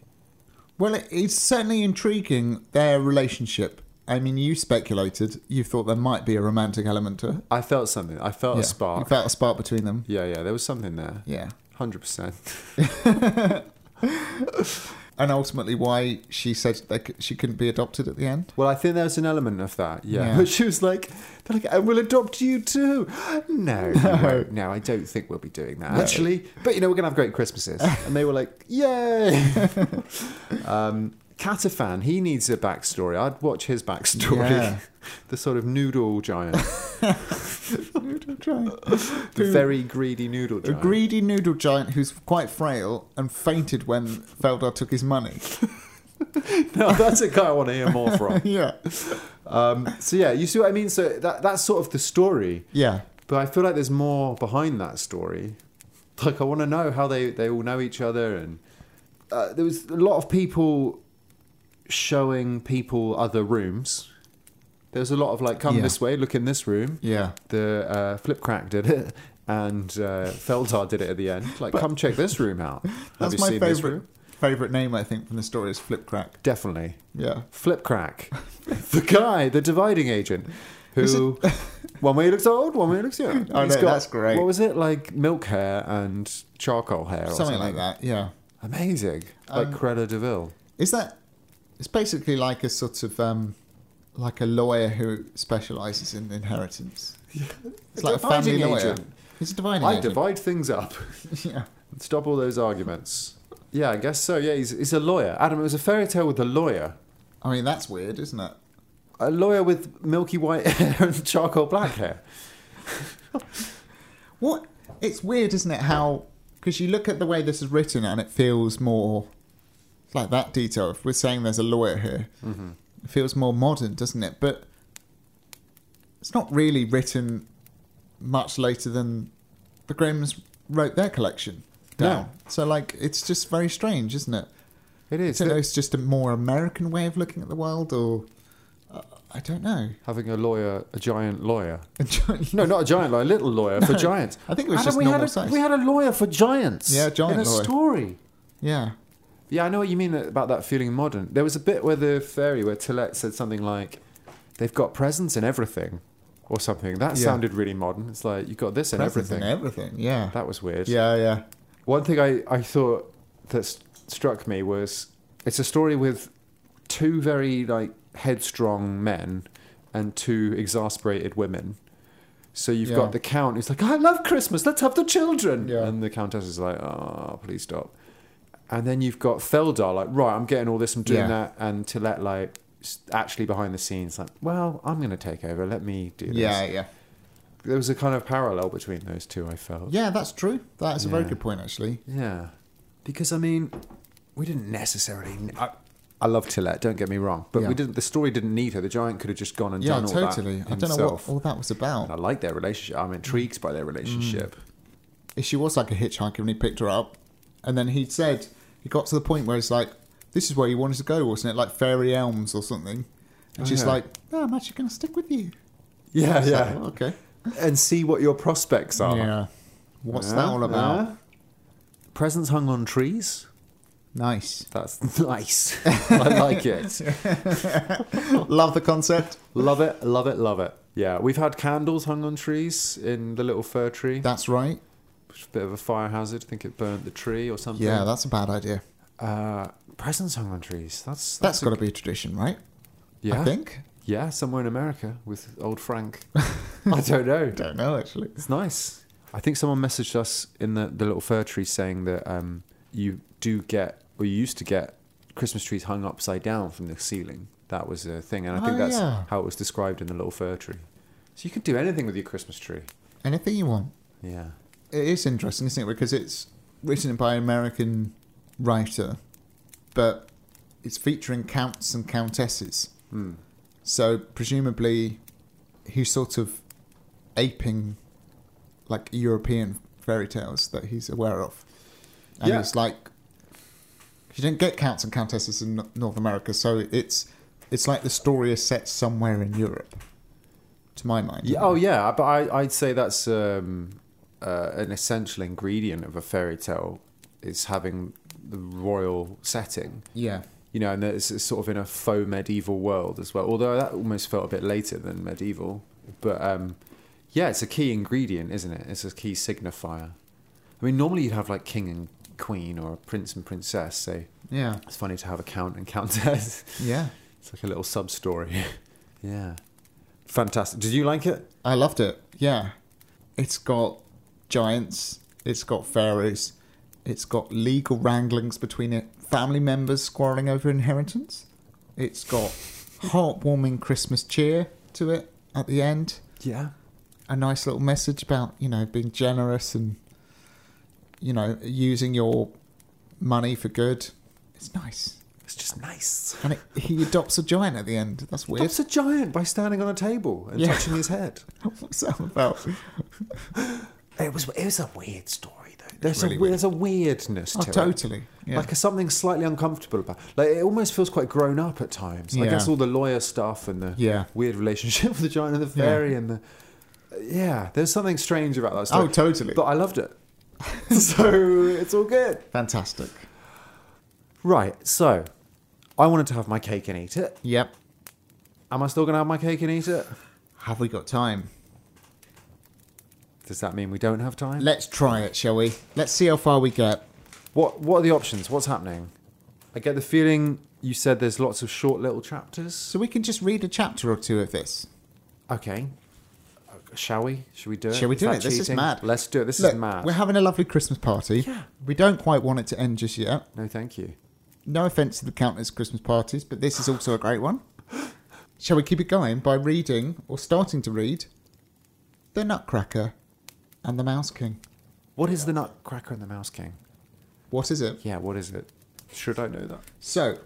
Well, it, it's certainly intriguing their relationship. I mean, you speculated. You thought there might be a romantic element to it.
I felt something. I felt
yeah.
a spark.
You felt a spark between them.
yeah, yeah, there was something there.
Yeah.
100%.
And ultimately, why she said they, c- she couldn't be adopted at the end.
Well, I think there's an element of that, yeah.
Yeah.
But she was like, they're like, and we'll adopt you too. No, no, won't. no, I don't think we'll be doing that, actually. But, you know, we're going to have great Christmases. and they were like, yay. um, Catafan, he needs a backstory. I'd watch his backstory.
Yeah.
the sort of noodle giant,
Noodle giant.
the very greedy noodle
A
giant.
greedy noodle giant who's quite frail and fainted when Feldar took his money.
no, that's a guy I want to hear more from.
yeah.
Um, so, yeah, you see what I mean? So that, that's sort of the story.
Yeah.
But I feel like there's more behind that story. Like I want to know how they they all know each other, and uh, there was a lot of people showing people other rooms. There was a lot of like, come
Yeah.
this way, look in this room.
Yeah.
The uh, flip crack did it, and uh, Feltar did it at the end. Like, come check this room out. Have
That's
you
my
seen this
favourite
room?
favourite name, I think, from the story is Flipcrack.
Definitely
Yeah.
flip crack. the guy, the dividing agent, who one way he looks old, one way he looks young.
Oh, no, that's great.
What was it like? Milk hair and charcoal hair, or
Something like that. Yeah.
Amazing, like
Um,
Cruella Deville.
Is that? It's basically like a sort of um, like a lawyer who specialises in inheritance. It's like a family
dividing
lawyer.
agent.
He's a divining
I
agent.
divide things up.
yeah.
Stop all those arguments. Yeah, I guess so. Yeah, he's, he's a lawyer. Adam, it was a fairy tale with a lawyer.
I mean, that's weird, isn't it?
A lawyer with milky white hair and charcoal black hair.
What? It's weird, isn't it? How? Because you look at the way this is written, and it feels more it's like that detail. If we're saying there's a lawyer here,
Mm-hmm.
it feels more modern, doesn't it? But it's not really written much later than the Grimm's wrote their collection down.
No.
So, like, it's just very strange, isn't it?
It
I
is.
don't know. It's just a more American way of looking at the world, or uh, I don't know.
Having a lawyer, a giant lawyer.
no.
No, not a giant lawyer, a little lawyer for giants.
I think it was
Adam,
just
we
normal
had a,
size.
We had a lawyer for giants.
Yeah, giant
in a
lawyer.
story.
Yeah.
Yeah, I know what you mean about that feeling modern. There was a bit where the fairy, where Tillette said something like, "They've got presents in everything," or something. That
Yeah.
sounded really modern. It's like you've got this in
Presents
everything.
and everything. Yeah.
that was weird.
Yeah, yeah.
One thing I, I thought that s- struck me was it's a story with two very like headstrong men and two exasperated women. So you've
Yeah.
got the count who's like, I love Christmas, let's have the children.
Yeah.
And the countess is like, oh, please stop. And then you've got Feldar like, right, I'm getting all this, I'm doing
Yeah.
that. And Tillette like, s- actually behind the scenes like, well, I'm going to take over, let me do this.
Yeah, yeah.
There was a kind of parallel between those two, I felt.
Yeah, that's true. That is a very
Yeah.
good point, actually.
Yeah, because I mean, we didn't necessarily. I, I love Tillette. Don't get me wrong, but
Yeah.
we didn't. The story didn't need her. The giant could have just gone and
Yeah,
done all
totally.
that
I don't know
himself.
what all Mm. that was
And I
about.
like their relationship. I'm intrigued by their relationship.
Mm. She was like a hitchhiker and he picked her up. And then he said, he got to the point where it's like, this is where you wanted to go, wasn't it? Like Fairy Elms or something. And
Oh,
she's
yeah.
like, no, I'm actually going to stick with you.
Yeah,
It's like, "Oh, okay.
and see what your prospects are.
Yeah. What's
Yeah,
that all about?
yeah. Presents hung on trees.
Nice.
That's nice. I like it.
Love the concept.
Love it. Love it. Love it. Yeah, we've had candles hung on trees in the little fir tree.
That's right.
Which was a bit of a fire hazard. I think it burnt the tree or something.
Yeah, that's a bad idea.
Uh, presents hung on trees. That's
That's
a-
got to be a tradition, right?
yeah
I think.
yeah somewhere in America with old Frank. I don't know.
Don't know actually.
It's nice. I think someone messaged us in the the little fir tree saying that um, you do get or you used to get Christmas trees hung upside down from the ceiling. That was a thing, and I think
Oh,
that's
yeah.
how it was described in the little fir tree. So you could do anything with your Christmas tree.
Anything you want.
Yeah.
It is interesting, isn't it? Because it's written by an American writer, but it's featuring counts and countesses.
Hmm.
So presumably, he's sort of aping like European fairy tales that he's aware of, and
Yeah.
it's like you don't get counts and countesses in Nor- North America, so it's it's like the story is set somewhere in Europe, to my mind.
Yeah, oh yeah, but I, I'd say that's um, uh, an essential ingredient of a fairy tale is having the royal setting,
yeah,
you know, and that it's, it's sort of in a faux medieval world as well. Although that almost felt a bit later than medieval, but um, yeah, it's a key ingredient, isn't it? It's a key signifier. I mean, normally you'd have like king and queen or a prince and princess. So
yeah,
it's funny to have a count and countess.
yeah.
it's like a little sub story. yeah, fantastic. Did you like it?
I loved it. Yeah. It's got giants, it's got fairies, it's got legal wranglings between it, family members squabbling over inheritance. It's got heartwarming Christmas cheer to it at the end.
Yeah.
A nice little message about, you know, being generous and you know, using your money for good. It's nice.
It's just nice.
And it, he adopts a giant at the end. That's weird.
That's a giant by standing on a table and
Yeah.
touching his head.
What's that about?
It was it was a weird story though. There's
really
a
weird.
there's a weirdness
Oh,
to it.
totally. Yeah.
Like a, something slightly uncomfortable about. Like it almost feels quite grown up at times. I
Yeah.
guess all the lawyer stuff and the
Yeah.
weird relationship with the giant and the
Yeah.
fairy and the yeah. There's something strange about that story.
Oh, totally.
But I loved it. so it's all good.
Fantastic.
Right. So I wanted to have my cake and eat it.
Yep.
Am I still going to have my cake and eat it?
Have we got time?
Does that mean we don't have time?
Let's try it, shall we? Let's see how far we get.
What What are the options? What's happening? I get the feeling you said there's lots of short little chapters.
So we can just read a chapter or two of this.
Okay. Shall we? Should we do it?
Shall we do
that
it? This is
cheating?
mad.
Let's do it. This
Look,
is mad.
We're having a lovely Christmas party.
Yeah.
We don't quite want it to end just yet.
no, thank you.
No offense to the countless Christmas parties, but this is also a great one. Shall we keep it going by reading or starting to read The Nutcracker and the Mouse King?
What is the Nutcracker and the Mouse King?
What is it?
Yeah, what is it? Should I know that?
So,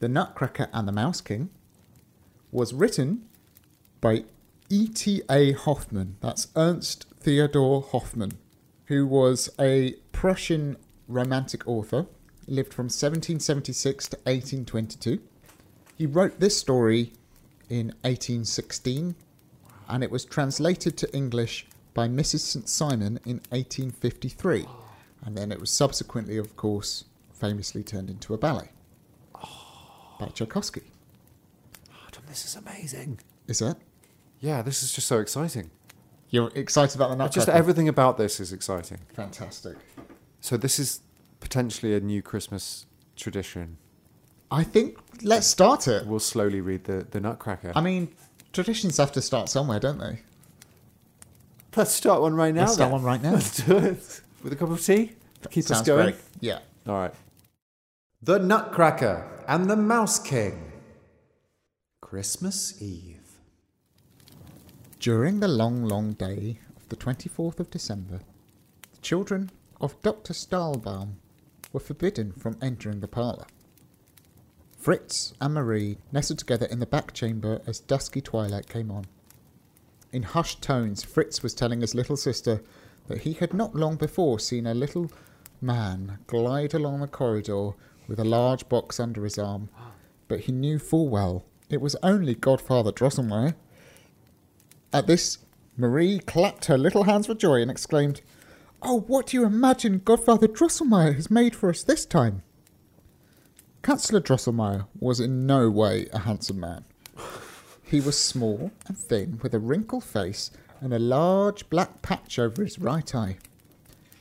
The Nutcracker and the Mouse King was written by E.T.A. Hoffman. That's Ernst Theodor Hoffman, who was a Prussian romantic author, lived from 1776 to 1822. He wrote this story in 1816, and it was translated to English by Mrs. St. Simon in 1853. And then it was subsequently, of course, famously turned into a ballet by Tchaikovsky.
Adam, this is amazing.
Is it?
Yeah, this is just so exciting.
You're excited about the Nutcracker?
Just everything about this is exciting.
Fantastic.
So this is potentially a new Christmas tradition.
I think let's start it.
We'll slowly read the, the Nutcracker.
I mean, traditions have to start somewhere, don't they?
Let's start one right now.
Let's start one
then.
right now.
Let's do it with a cup of tea. Keep us
Sounds
going.
great. Yeah.
All right. The Nutcracker and the Mouse King. Christmas Eve.
During the long, long day of the 24th of December, the children of Dr. Stahlbaum were forbidden from entering the parlour. Fritz and Marie nestled together in the back chamber as dusky twilight came on. In hushed tones, Fritz was telling his little sister that he had not long before seen a little man glide along the corridor with a large box under his arm, but he knew full well it was only Godfather Drosselmeyer. At this, Marie clapped her little hands for joy and exclaimed, Oh, what do you imagine Godfather Drosselmeyer has made for us this time? Councillor Drosselmeyer was in no way a handsome man. He was small and thin, with a wrinkled face and a large black patch over his right eye.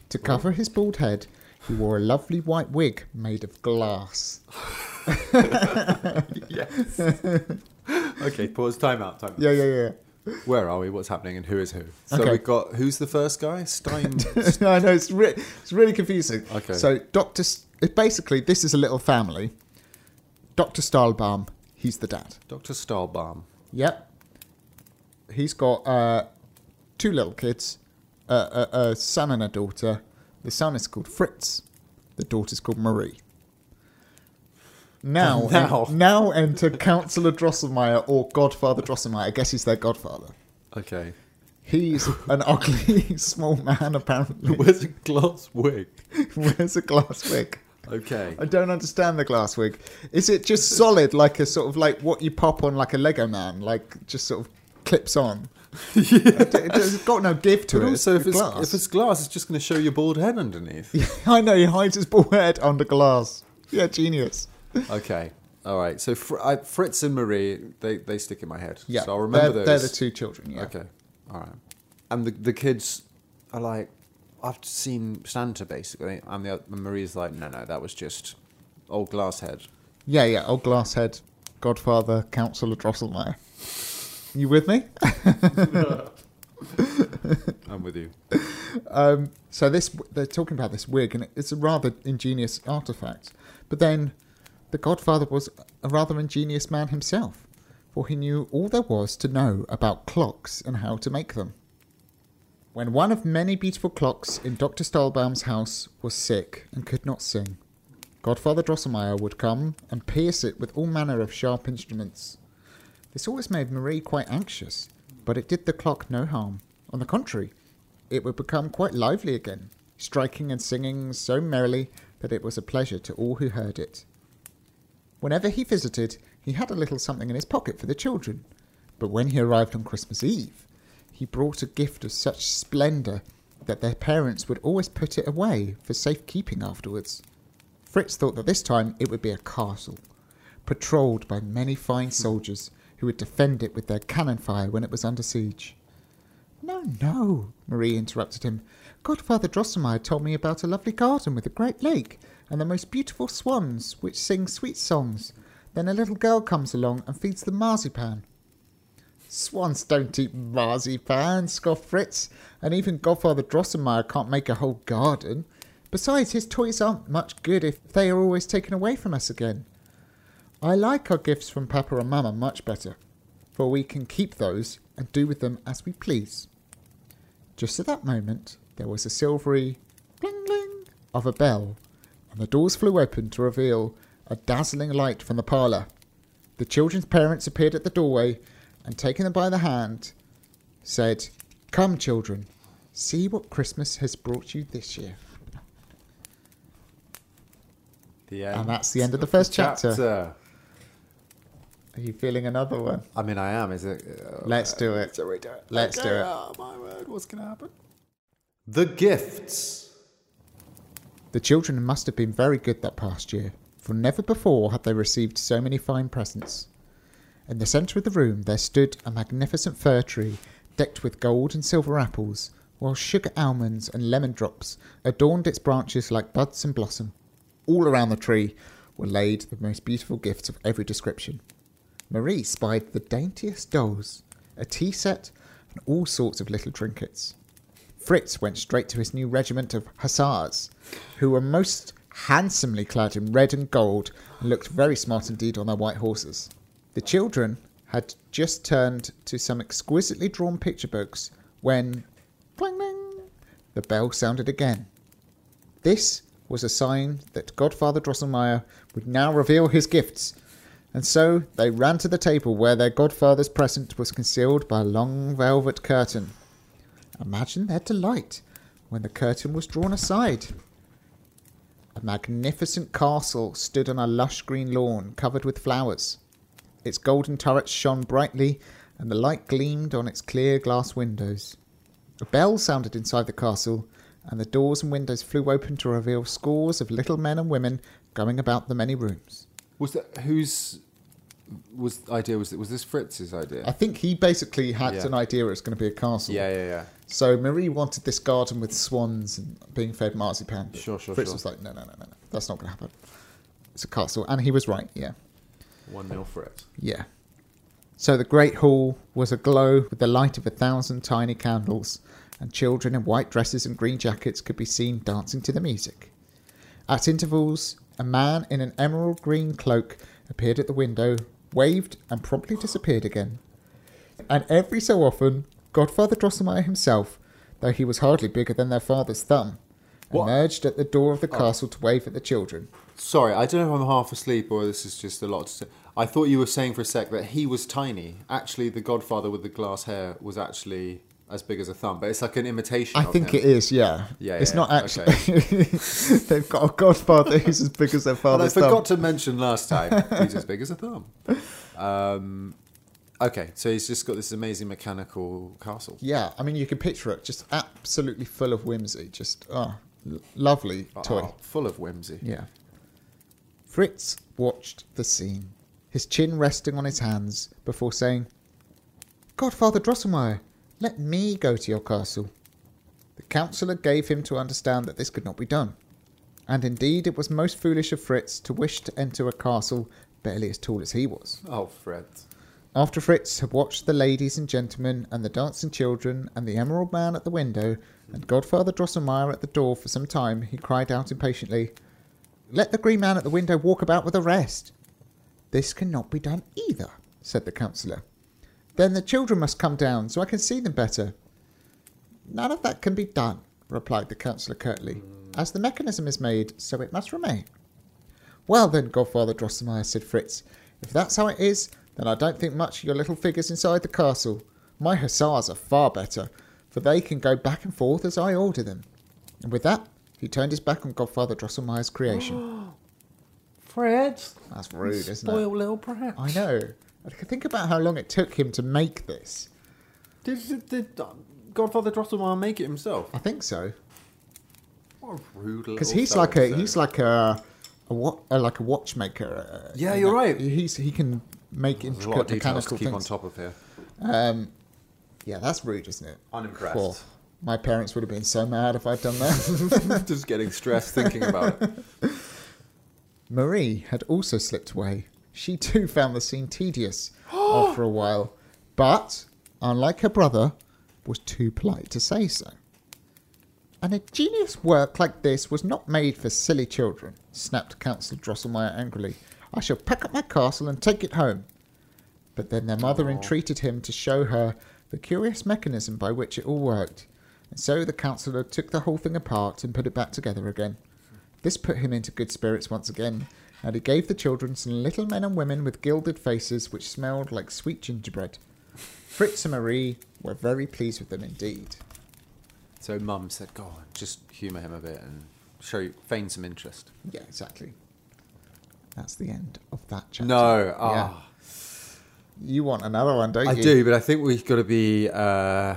To cover his bald head, he wore a lovely white wig made of glass.
Yes. okay, pause. Time out. Time out.
Yeah, yeah, yeah.
Where are we? What's happening? And who is who? So
Okay.
we've got who's the first guy? Stein.
I know it's re- it's really confusing.
Okay.
So Doctor, basically, this is a little family. Doctor Stahlbaum, he's the dad.
Dr. Stahlbaum.
Yep. He's got uh, two little kids, uh, a, a son and a daughter. The son is called Fritz. The daughter's called Marie. Now,
Now.
now enter Councillor Drosselmeyer or Godfather Drosselmeyer. I guess he's their godfather.
Okay.
He's an ugly small man, apparently.
Where's a glass wig?
Wears a glass wig.
Okay.
I don't understand the glass wig. Is it just solid, like a sort of like what you pop on, like a Lego man, like just sort of clips on? It, it- it's got no give to
But
it.
also, if it's,
glass.
if it's glass, it's just going to show your bald head underneath.
I know he hides his bald head under glass. Yeah, genius.
okay. All right. So Fr- I, Fritz and Marie, they, they stick in my head.
Yeah,
So I'll remember
they're,
those.
They're the two children. Yeah.
Okay. All right. And the, the kids are like, I've seen Santa basically. And, the, oth- and Marie's like, no, no, that was just old glass head.
Yeah, yeah. Old glass head, Godfather, Councillor Drosselmeyer. You with me?
I'm with you.
Um, so this they're talking about this wig, and it's a rather ingenious artifact. But then, the Godfather was a rather ingenious man himself, for he knew all there was to know about clocks and how to make them. When one of many beautiful clocks in Doctor Stahlbaum's house was sick and could not sing, Godfather Drosselmeyer would come and pierce it with all manner of sharp instruments. This always made Marie quite anxious, but it did the clock no harm. On the contrary, it would become quite lively again, striking and singing so merrily that it was a pleasure to all who heard it. Whenever he visited, he had a little something in his pocket for the children, but when he arrived on Christmas Eve, he brought a gift of such splendour that their parents would always put it away for safe keeping afterwards. Fritz thought that this time it would be a castle, patrolled by many fine soldiers who would defend it with their cannon fire when it was under siege. No, no, Marie interrupted him. Godfather Drosselmeyer told me about a lovely garden with a great lake and the most beautiful swans which sing sweet songs. Then a little girl comes along and feeds them marzipan. Swans don't eat marzipan, scoffed Fritz, and even Godfather Drosselmeyer can't make a whole garden. Besides, his toys aren't much good if they are always taken away from us again. I like our gifts from Papa and Mamma much better, for we can keep those and do with them as we please. Just at that moment, there was a silvery bling bling of a bell, and the doors flew open to reveal a dazzling light from the parlour. The children's parents appeared at the doorway and, taking them by the hand, said, Come, children, see what Christmas has brought you this year.
The Um,
And that's the end of the first chapter. Are you feeling another one?
I mean, I am. Is it? uh,
Let's do it.
we do it.
Let's do it.
Oh my word! What's gonna happen? The gifts.
The children must have been very good that past year, for never before had they received so many fine presents. In the centre of the room there stood a magnificent fir tree decked with gold and silver apples, while sugar almonds and lemon drops adorned its branches like buds and blossom. All around the tree were laid the most beautiful gifts of every description. Marie spied the daintiest dolls, a tea set, and all sorts of little trinkets. Fritz went straight to his new regiment of hussars, who were most handsomely clad in red and gold and looked very smart indeed on their white horses. The children had just turned to some exquisitely drawn picture books when clang, clang, the bell sounded again. This was a sign that Godfather Drosselmeyer would now reveal his gifts, and so they ran to the table where their godfather's present was concealed by a long velvet curtain. Imagine their delight when the curtain was drawn aside. A magnificent castle stood on a lush green lawn covered with flowers. Its golden turrets shone brightly, and the light gleamed on its clear glass windows. A bell sounded inside the castle, and the doors and windows flew open to reveal scores of little men and women going about the many rooms.
Was that whose? Was the idea was was this Fritz's idea?
I think he basically had
Yeah.
an idea it was going to be a castle.
yeah, yeah, yeah.
So Marie wanted this garden with swans and being fed marzipan. but
Sure, sure,
Fritz
sure.
was like, no, no, no, no, no, that's not going to happen. It's a castle, and he was right. Yeah,
One nil Fritz.
yeah. So the great hall was aglow with the light of a thousand tiny candles, and children in white dresses and green jackets could be seen dancing to the music. At intervals, a man in an emerald green cloak appeared at the window, waved, and promptly disappeared again. And every so often, Godfather Drosselmeyer himself, though he was hardly bigger than their father's thumb,
What?
emerged at the door of the castle to wave at the children.
Sorry, I don't know if I'm half asleep or this is just a lot. To say. I thought you were saying for a sec that he was tiny. Actually, the Godfather with the glass hair was actually as big as a thumb, but it's like an imitation.
I
of
think
him.
it is, yeah.
Yeah,
it's
yeah,
not actually. They've got a godfather who's as big as their
And I
father's
forgot
thumb.
to mention last time he's as big as a thumb. Um, okay, so he's just got this amazing mechanical castle.
Yeah, I mean, you can picture it, just absolutely full of whimsy. Just, oh, l- lovely toy.
Oh, full of whimsy.
Yeah. Fritz watched the scene, his chin resting on his hands, before saying, Godfather Drosselmeyer, let me go to your castle. The councillor gave him to understand that this could not be done. And indeed, it was most foolish of Fritz to wish to enter a castle barely as tall as he was.
Oh, Fred.
After Fritz had watched the ladies and gentlemen and the dancing children and the emerald man at the window and Godfather Drosselmeyer at the door for some time, he cried out impatiently, Let the green man at the window walk about with the rest. This cannot be done either, said the councillor. Then the children must come down so I can see them better. None of that can be done, replied the councillor curtly, as the mechanism is made, so it must remain. Well then, Godfather Drosselmeyer, said Fritz, if that's how it is, then I don't think much of your little figures inside the castle. My hussars are far better, for they can go back and forth as I order them. And with that, he turned his back on Godfather Drosselmeyer's creation.
Fred.
That's rude, isn't it?
Spoil little brat.
I know. I can think about how long it took him to make this.
Did, did, did uh, Godfather Drosselmeyer make it himself?
I think so,
What a rude little.
because he's
fella
like a
to say.
he's like a, a what uh, like a watchmaker. Uh,
Yeah,
in
you're
that-
right.
He's he can make
There's a lot of
intricate
details to
mechanical
keep on
things.
top of here.
Um, yeah, that's rude, isn't it?
Unimpressed.
Poor. My parents would have been so mad if I'd done that.
Just getting stressed thinking about it.
Marie had also slipped away. She too found the scene tedious after a while, but, unlike her brother, was too polite to say so. An ingenious work like this was not made for silly children, snapped Councillor Drosselmeyer angrily. I shall pack up my castle and take it home. But then their mother
Aw.
entreated him to show her the curious mechanism by which it all worked, and so the councillor took the whole thing apart and put it back together again. This put him into good spirits once again, and he gave the children some little men and women with gilded faces which smelled like sweet gingerbread. Fritz and Marie were very pleased with them indeed.
So Mum said, "Go on, just humour him a bit and show you, feign some interest."
Yeah, exactly. That's the end of that chapter.
No,
Yeah.
ah,
You want another one, don't
I
you?
do, but I think we've got to be uh,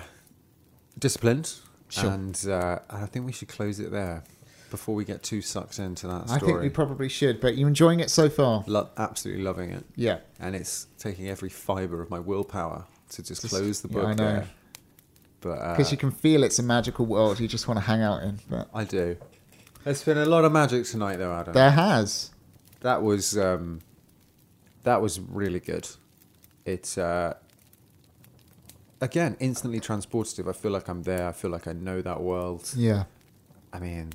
disciplined.
Sure.
And uh, I think we should close it there before we get too sucked into that
I
story.
think we probably should, but you enjoying it so far?
Lo- absolutely loving it.
Yeah.
And it's taking every fibre of my willpower to just,
Just-
close the
yeah,
book
I know.
there. But uh,
Because you can feel it's a magical world you just want to hang out in. But
I do. There's been a lot of magic tonight, though, Adam.
there has.
that was um, that was really good. It's uh, again instantly transportative. I feel like I'm there. I feel like I know that world.
Yeah.
I mean,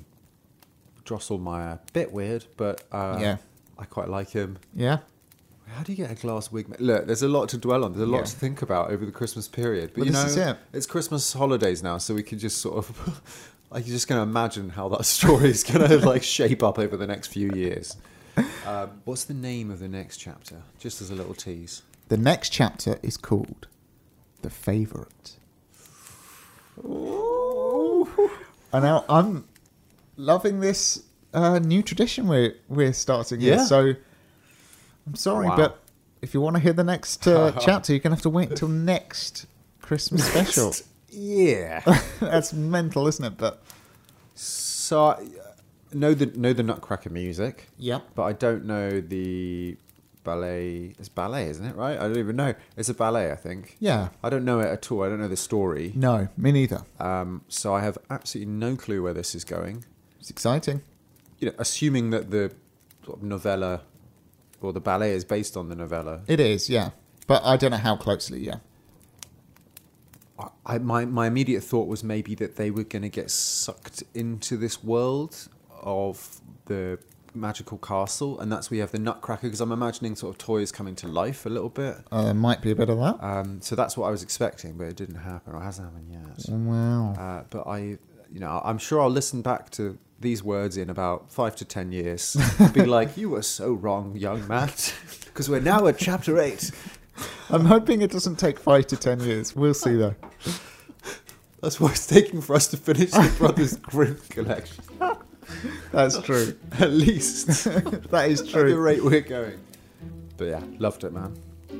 Drosselmeyer, bit weird, but uh,
Yeah.
I quite like him.
Yeah.
How do you get a glass wig? ma- Look, there's a lot to dwell on. There's a lot
Yeah.
to think about over the Christmas period. But
Well,
you know,
this is it.
it's Christmas holidays now, so we can just sort of like you're just going to imagine how that story is going to like shape up over the next few years. Um, what's the name of the next chapter? Just as a little tease.
The next chapter is called The Favourite. And now I'm loving this uh, new tradition we're, we're starting here.
Yeah.
So I'm sorry,
Wow.
but if you want to hear the next uh, chapter, you're going to have to wait until next Christmas special.
Yeah.
That's mental, isn't it? But
So, uh, know the know the Nutcracker music.
Yep.
But I don't know the ballet. It's ballet, isn't it? Right? I don't even know. It's a ballet, I think.
Yeah.
I don't know it at all. I don't know the story.
no, me neither.
Um, so I have absolutely no clue where this is going.
It's exciting.
You know, assuming that the sort of novella or the ballet is based on the novella,
It is, yeah. But I don't know how closely, yeah.
I- I, my my immediate thought was maybe that they were going to get sucked into this world of the magical castle, and that's where you have the Nutcracker. Because I'm imagining sort of toys coming to life a little bit.
Uh, there might be a bit of that.
Um, so that's what I was expecting, but it didn't happen, or hasn't happened yet.
Wow.
Uh, but I, you know, I'm sure I'll listen back to these words in about five to ten years, and be like, "You were so wrong, young Matt," because we're now at chapter eight.
I'm hoping it doesn't take five to ten years. We'll see, though.
That's what it's taking for us to finish the Brothers Grimm collection,
That's true.
at least.
that is
At the
true.
rate we're going. But yeah, loved it, man.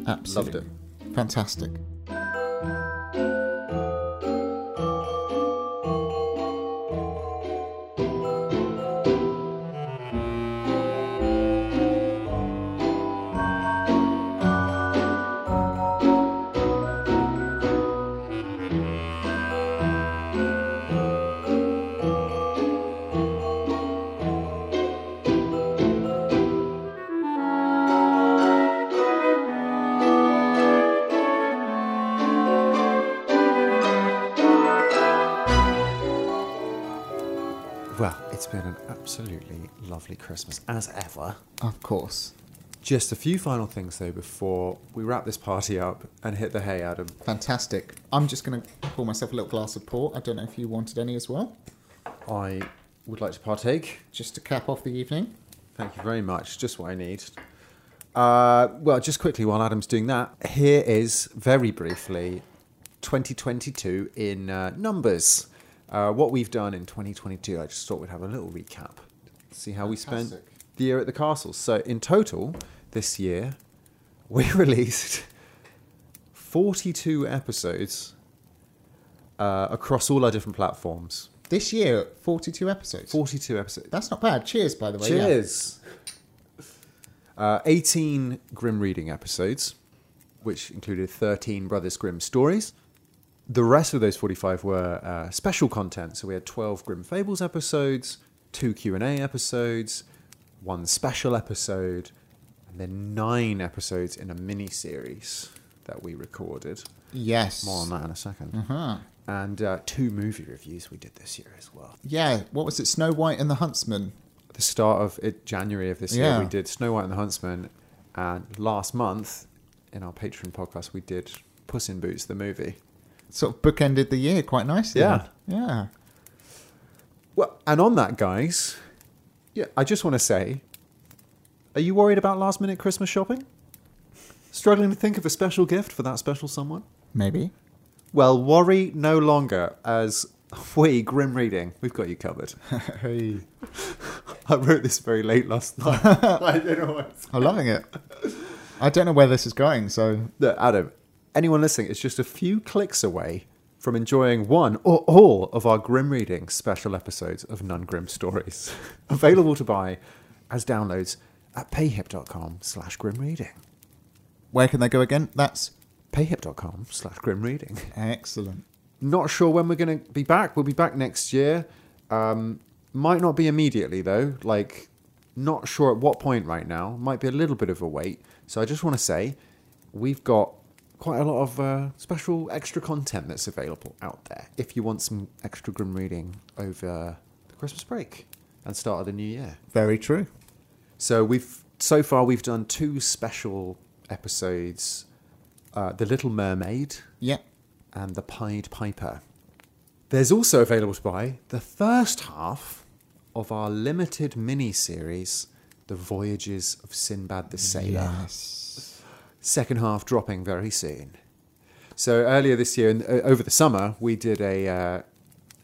Absolutely.
Loved
Fantastic.
Well, it's been an absolutely lovely Christmas, as ever.
Of course.
Just a few final things, though, before we wrap this party up and hit the hay, Adam.
Fantastic. I'm just going to pour myself a little glass of port. I don't know if you wanted any as well,
I would like to partake.
just to cap off the evening.
Thank you very much. Just what I need. Uh, well, just quickly while Adam's doing that, here is very briefly 2022 in uh, numbers. Uh, what we've done in 2022, I just thought we'd have a little recap, see how we spent
Fantastic.
the year at the castle. So, in total, this year, we released 42 episodes uh, across all our different platforms.
This year, 42 episodes.
42 episodes.
That's not bad. Cheers, by the way. yeah.
Cheers. Uh, 18 Grim reading episodes, which included 13 Brothers Grimm stories. The rest of those 45 were uh, special content. So we had 12 Grim Fables episodes, two Q&A episodes, one special episode, and then nine episodes in a mini series that we recorded.
Yes.
More on that in a 2nd
Uh-huh.
And uh, two movie reviews we did this year as well.
Yeah. What was it? Snow White and the Huntsman.
the start of it, January of this
Yeah.
year, we did Snow White and the Huntsman, and last month in our Patreon podcast, we did Puss in Boots the movie.
Sort of bookended the year quite nicely.
Yeah.
Yeah.
Well, and on that, guys, yeah, I just want to say, are you worried about last minute Christmas shopping? Struggling to think of a special gift for that special someone?
Maybe.
Well, worry no longer, as we Grim Reading, we've got you covered.
hey.
I wrote this very late last night. I don't know why.
I'm loving it. I don't know where this is going, so
Look, Adam, anyone listening, it's just a few clicks away from enjoying one or all of our Grim Reading special episodes of Non Grim Stories, available to buy as downloads at payhip.com slash grim reading.
where can they go again? That's
Payhip.com slash grim reading.
excellent.
Not sure when we're going to be back. We'll be back next year. Um, might not be immediately, though. Like, not sure at what point right now. Might be a little bit of a wait. So I just want to say we've got quite a lot of uh, special extra content that's available out there if you want some extra grim reading over the Christmas break and start of the new year.
Very true.
So we've so far we've done two special episodes uh, The Little Mermaid
Yeah.
and the Pied Piper. There's also available to buy the first half of our limited mini series, The Voyages of Sinbad the Sailor.
Yes.
Second half dropping very soon. So earlier this year, in- o- over the summer, we did a, uh,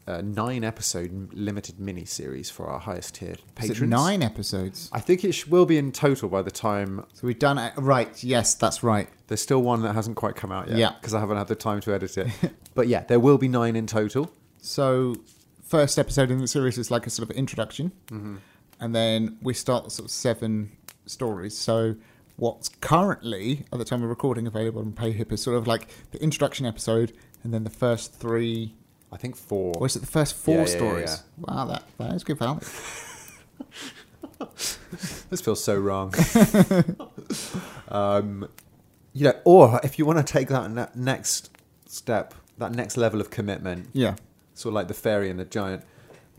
a nine episode limited mini series for our highest tiered
Is
patrons.
it nine episodes?
I think it sh- will be in total by the time
So we've done it. Right. Yes, that's right.
There's still one that hasn't quite come out yet.
Yeah.
Because I haven't had the time to edit it. but yeah, there will be nine in total.
So, first episode in the series is like a sort of introduction,
Mm-hmm.
and then we start sort of seven stories. So, what's currently at the time of recording available on PayHip is sort of like the introduction episode, and then the first three,
I think four.
or is it the first four
Yeah, yeah, yeah,
stories? Wow, that that is good value.
This feels so wrong. um, you know, or if you want to take that ne- next step, that next level of commitment,
Yeah,
sort of like the fairy and the giant,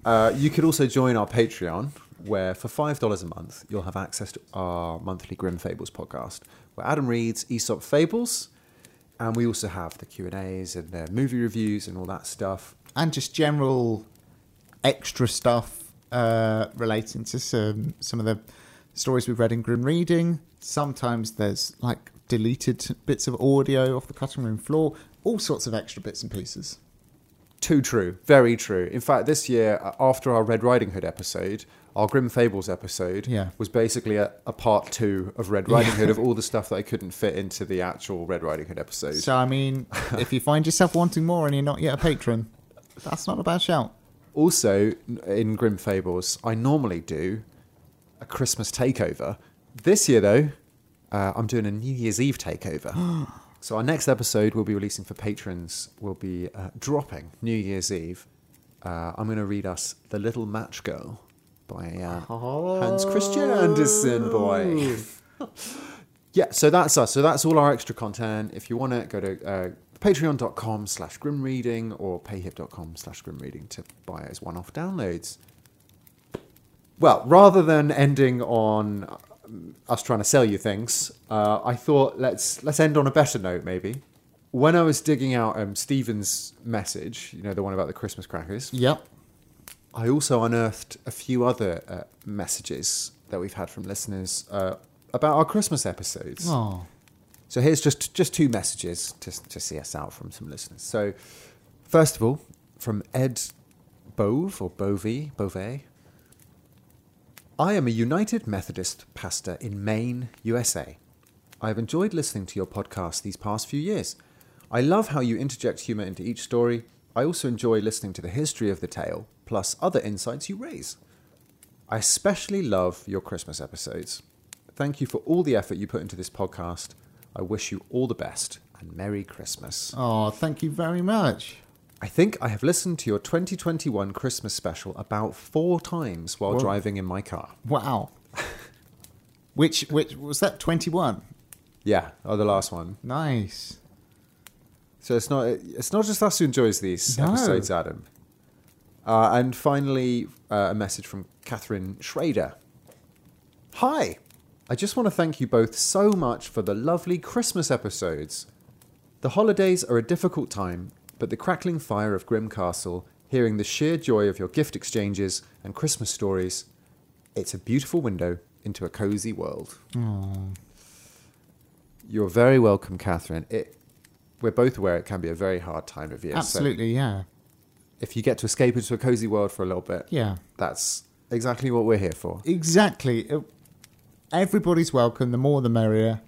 uh, you could also join our Patreon, where for five dollars a month you'll have access to our monthly Grim Fables podcast, where Adam reads Aesop fables, and we also have the Q and As and the movie reviews and all that stuff.
and just general extra stuff uh, relating to some some of the stories we've read in Grim Reading. Sometimes there's like deleted bits of audio off the cutting room floor, all sorts of extra bits and pieces.
Too true. Very true. In fact, this year, uh, after our Red Riding Hood episode, our Grim Fables episode
Yeah.
was basically a, a part two of Red Riding Hood of all the stuff that I couldn't fit into the actual Red Riding Hood episode.
So I mean, if you find yourself wanting more and you're not yet a patron, that's not a bad shout.
also, n- in Grim Fables, I normally do a Christmas takeover. This year, though, uh, I'm doing a New Year's Eve takeover. so, our next episode we'll be releasing for patrons will be uh, dropping New Year's Eve. Uh, I'm going to read us The Little Match Girl by uh, Hans Christian Andersen, boy. yeah, so that's us. So that's all our extra content. If you want to, go to uh, patreon.com slash grimreading or payhip.com slash grimreading to buy it as one-off downloads. Well, rather than ending on um, us trying to sell you things, uh, I thought let's let's end on a better note, maybe. When I was digging out um, Stephen's message, you know, the one about the Christmas crackers,
Yep.
I also unearthed a few other uh, messages that we've had from listeners uh, about our Christmas episodes.
Oh,
So here's just just two messages to to see us out from some listeners. So first of all, from Ed Bove or Bovey Bovey. I am a United Methodist pastor in Maine, USA. I have enjoyed listening to your podcast these past few years. I love how you interject humor into each story. I also enjoy listening to the history of the tale, plus other insights you raise. I especially love your Christmas episodes. Thank you for all the effort you put into this podcast. I wish you all the best and Merry Christmas.
oh, thank you very much.
I think I have listened to your 2021 Christmas special about four times while
Whoa.
driving in my car.
Wow. Which which was that? Twenty one.
Yeah, oh, the last one.
Nice.
So it's not it's not just us who enjoys these
No.
episodes, Adam. Uh, and finally, uh, a message from Catherine Schrader. Hi, I just want to thank you both so much for the lovely Christmas episodes. The holidays are a difficult time, but the crackling fire of Grim Castle, hearing the sheer joy of your gift exchanges and Christmas stories, it's a beautiful window into a cozy world. You're very welcome, Catherine. It, we're both aware it can be a very hard time of year. so
Absolutely. Yeah.
if you get to escape into a cozy world for a little bit,
Yeah.
that's exactly what we're here for.
Uh, Exactly. It- Everybody's welcome. The more, the merrier.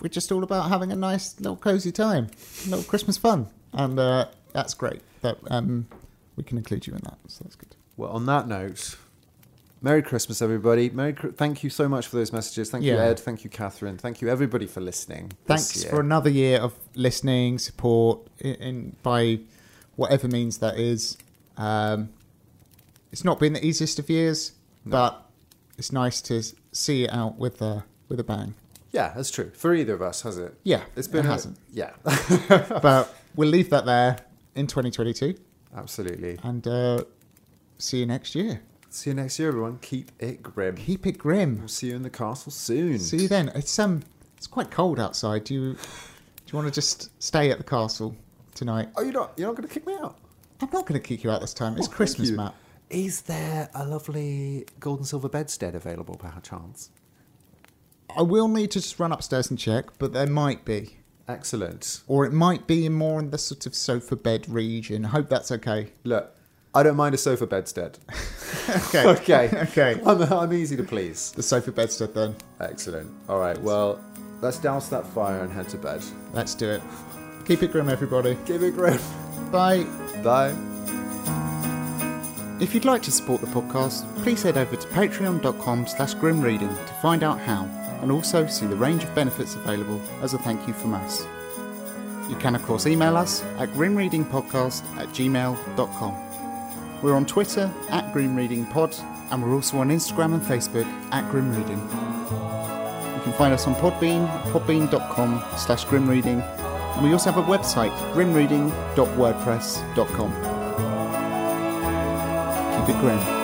we're just all about having a nice little cozy time, a little Christmas fun, and uh, that's great. That um, we can include you in that, so that's good.
Well, on that note, Merry Christmas, everybody. Merry, Chri- thank you so much for those messages. Thank you,
Yeah.
Ed. Thank you, Catherine. Thank you, everybody, for listening. this
Thanks
year.
for another year of listening, support in, in by whatever means that is. Um, it's not been the easiest of years, but it's nice to s- see it out with a with a bang.
yeah, that's true for either of us, has it?
Yeah,
it's been
it
a-
hasn't,
yeah,
but we'll leave that there in 2022,
absolutely.
and uh, see you next year.
See you next year, everyone. Keep it grim.
Keep it grim.
We'll see you in the castle soon.
See you then. It's um, it's quite cold outside. Do you do you want to just stay at the castle tonight?
Oh, you're not. You're not going to kick me out.
I'm not going to kick you out this time. It's
Oh, thank
Christmas,
you.
Matt.
Is there a lovely gold and silver bedstead available, perchance?
I will need to just run upstairs and check, but there might be,
Excellent.
or it might be in more in the sort of sofa bed region. I hope that's okay.
Look, I don't mind a sofa bedstead.
Okay.
okay.
Okay.
I'm, I'm easy to please.
The sofa bedstead then.
Excellent. All right. Well, let's douse that fire and head to bed.
Let's do it. Keep it grim, everybody.
Give it grip.
Bye.
Bye.
If you'd like to support the podcast, please head over to patreon.com slash grimreading to find out how, and also see the range of benefits available as a thank you from us. You can of course email us at grimreadingpodcast at gmail.com. We're on Twitter at grimreadingpod, and we're also on Instagram and Facebook at grimreading. You can find us on Podbean, podbean.com slash grimreading, and we also have a website, grimreading.wordpress.com. Keep it grim.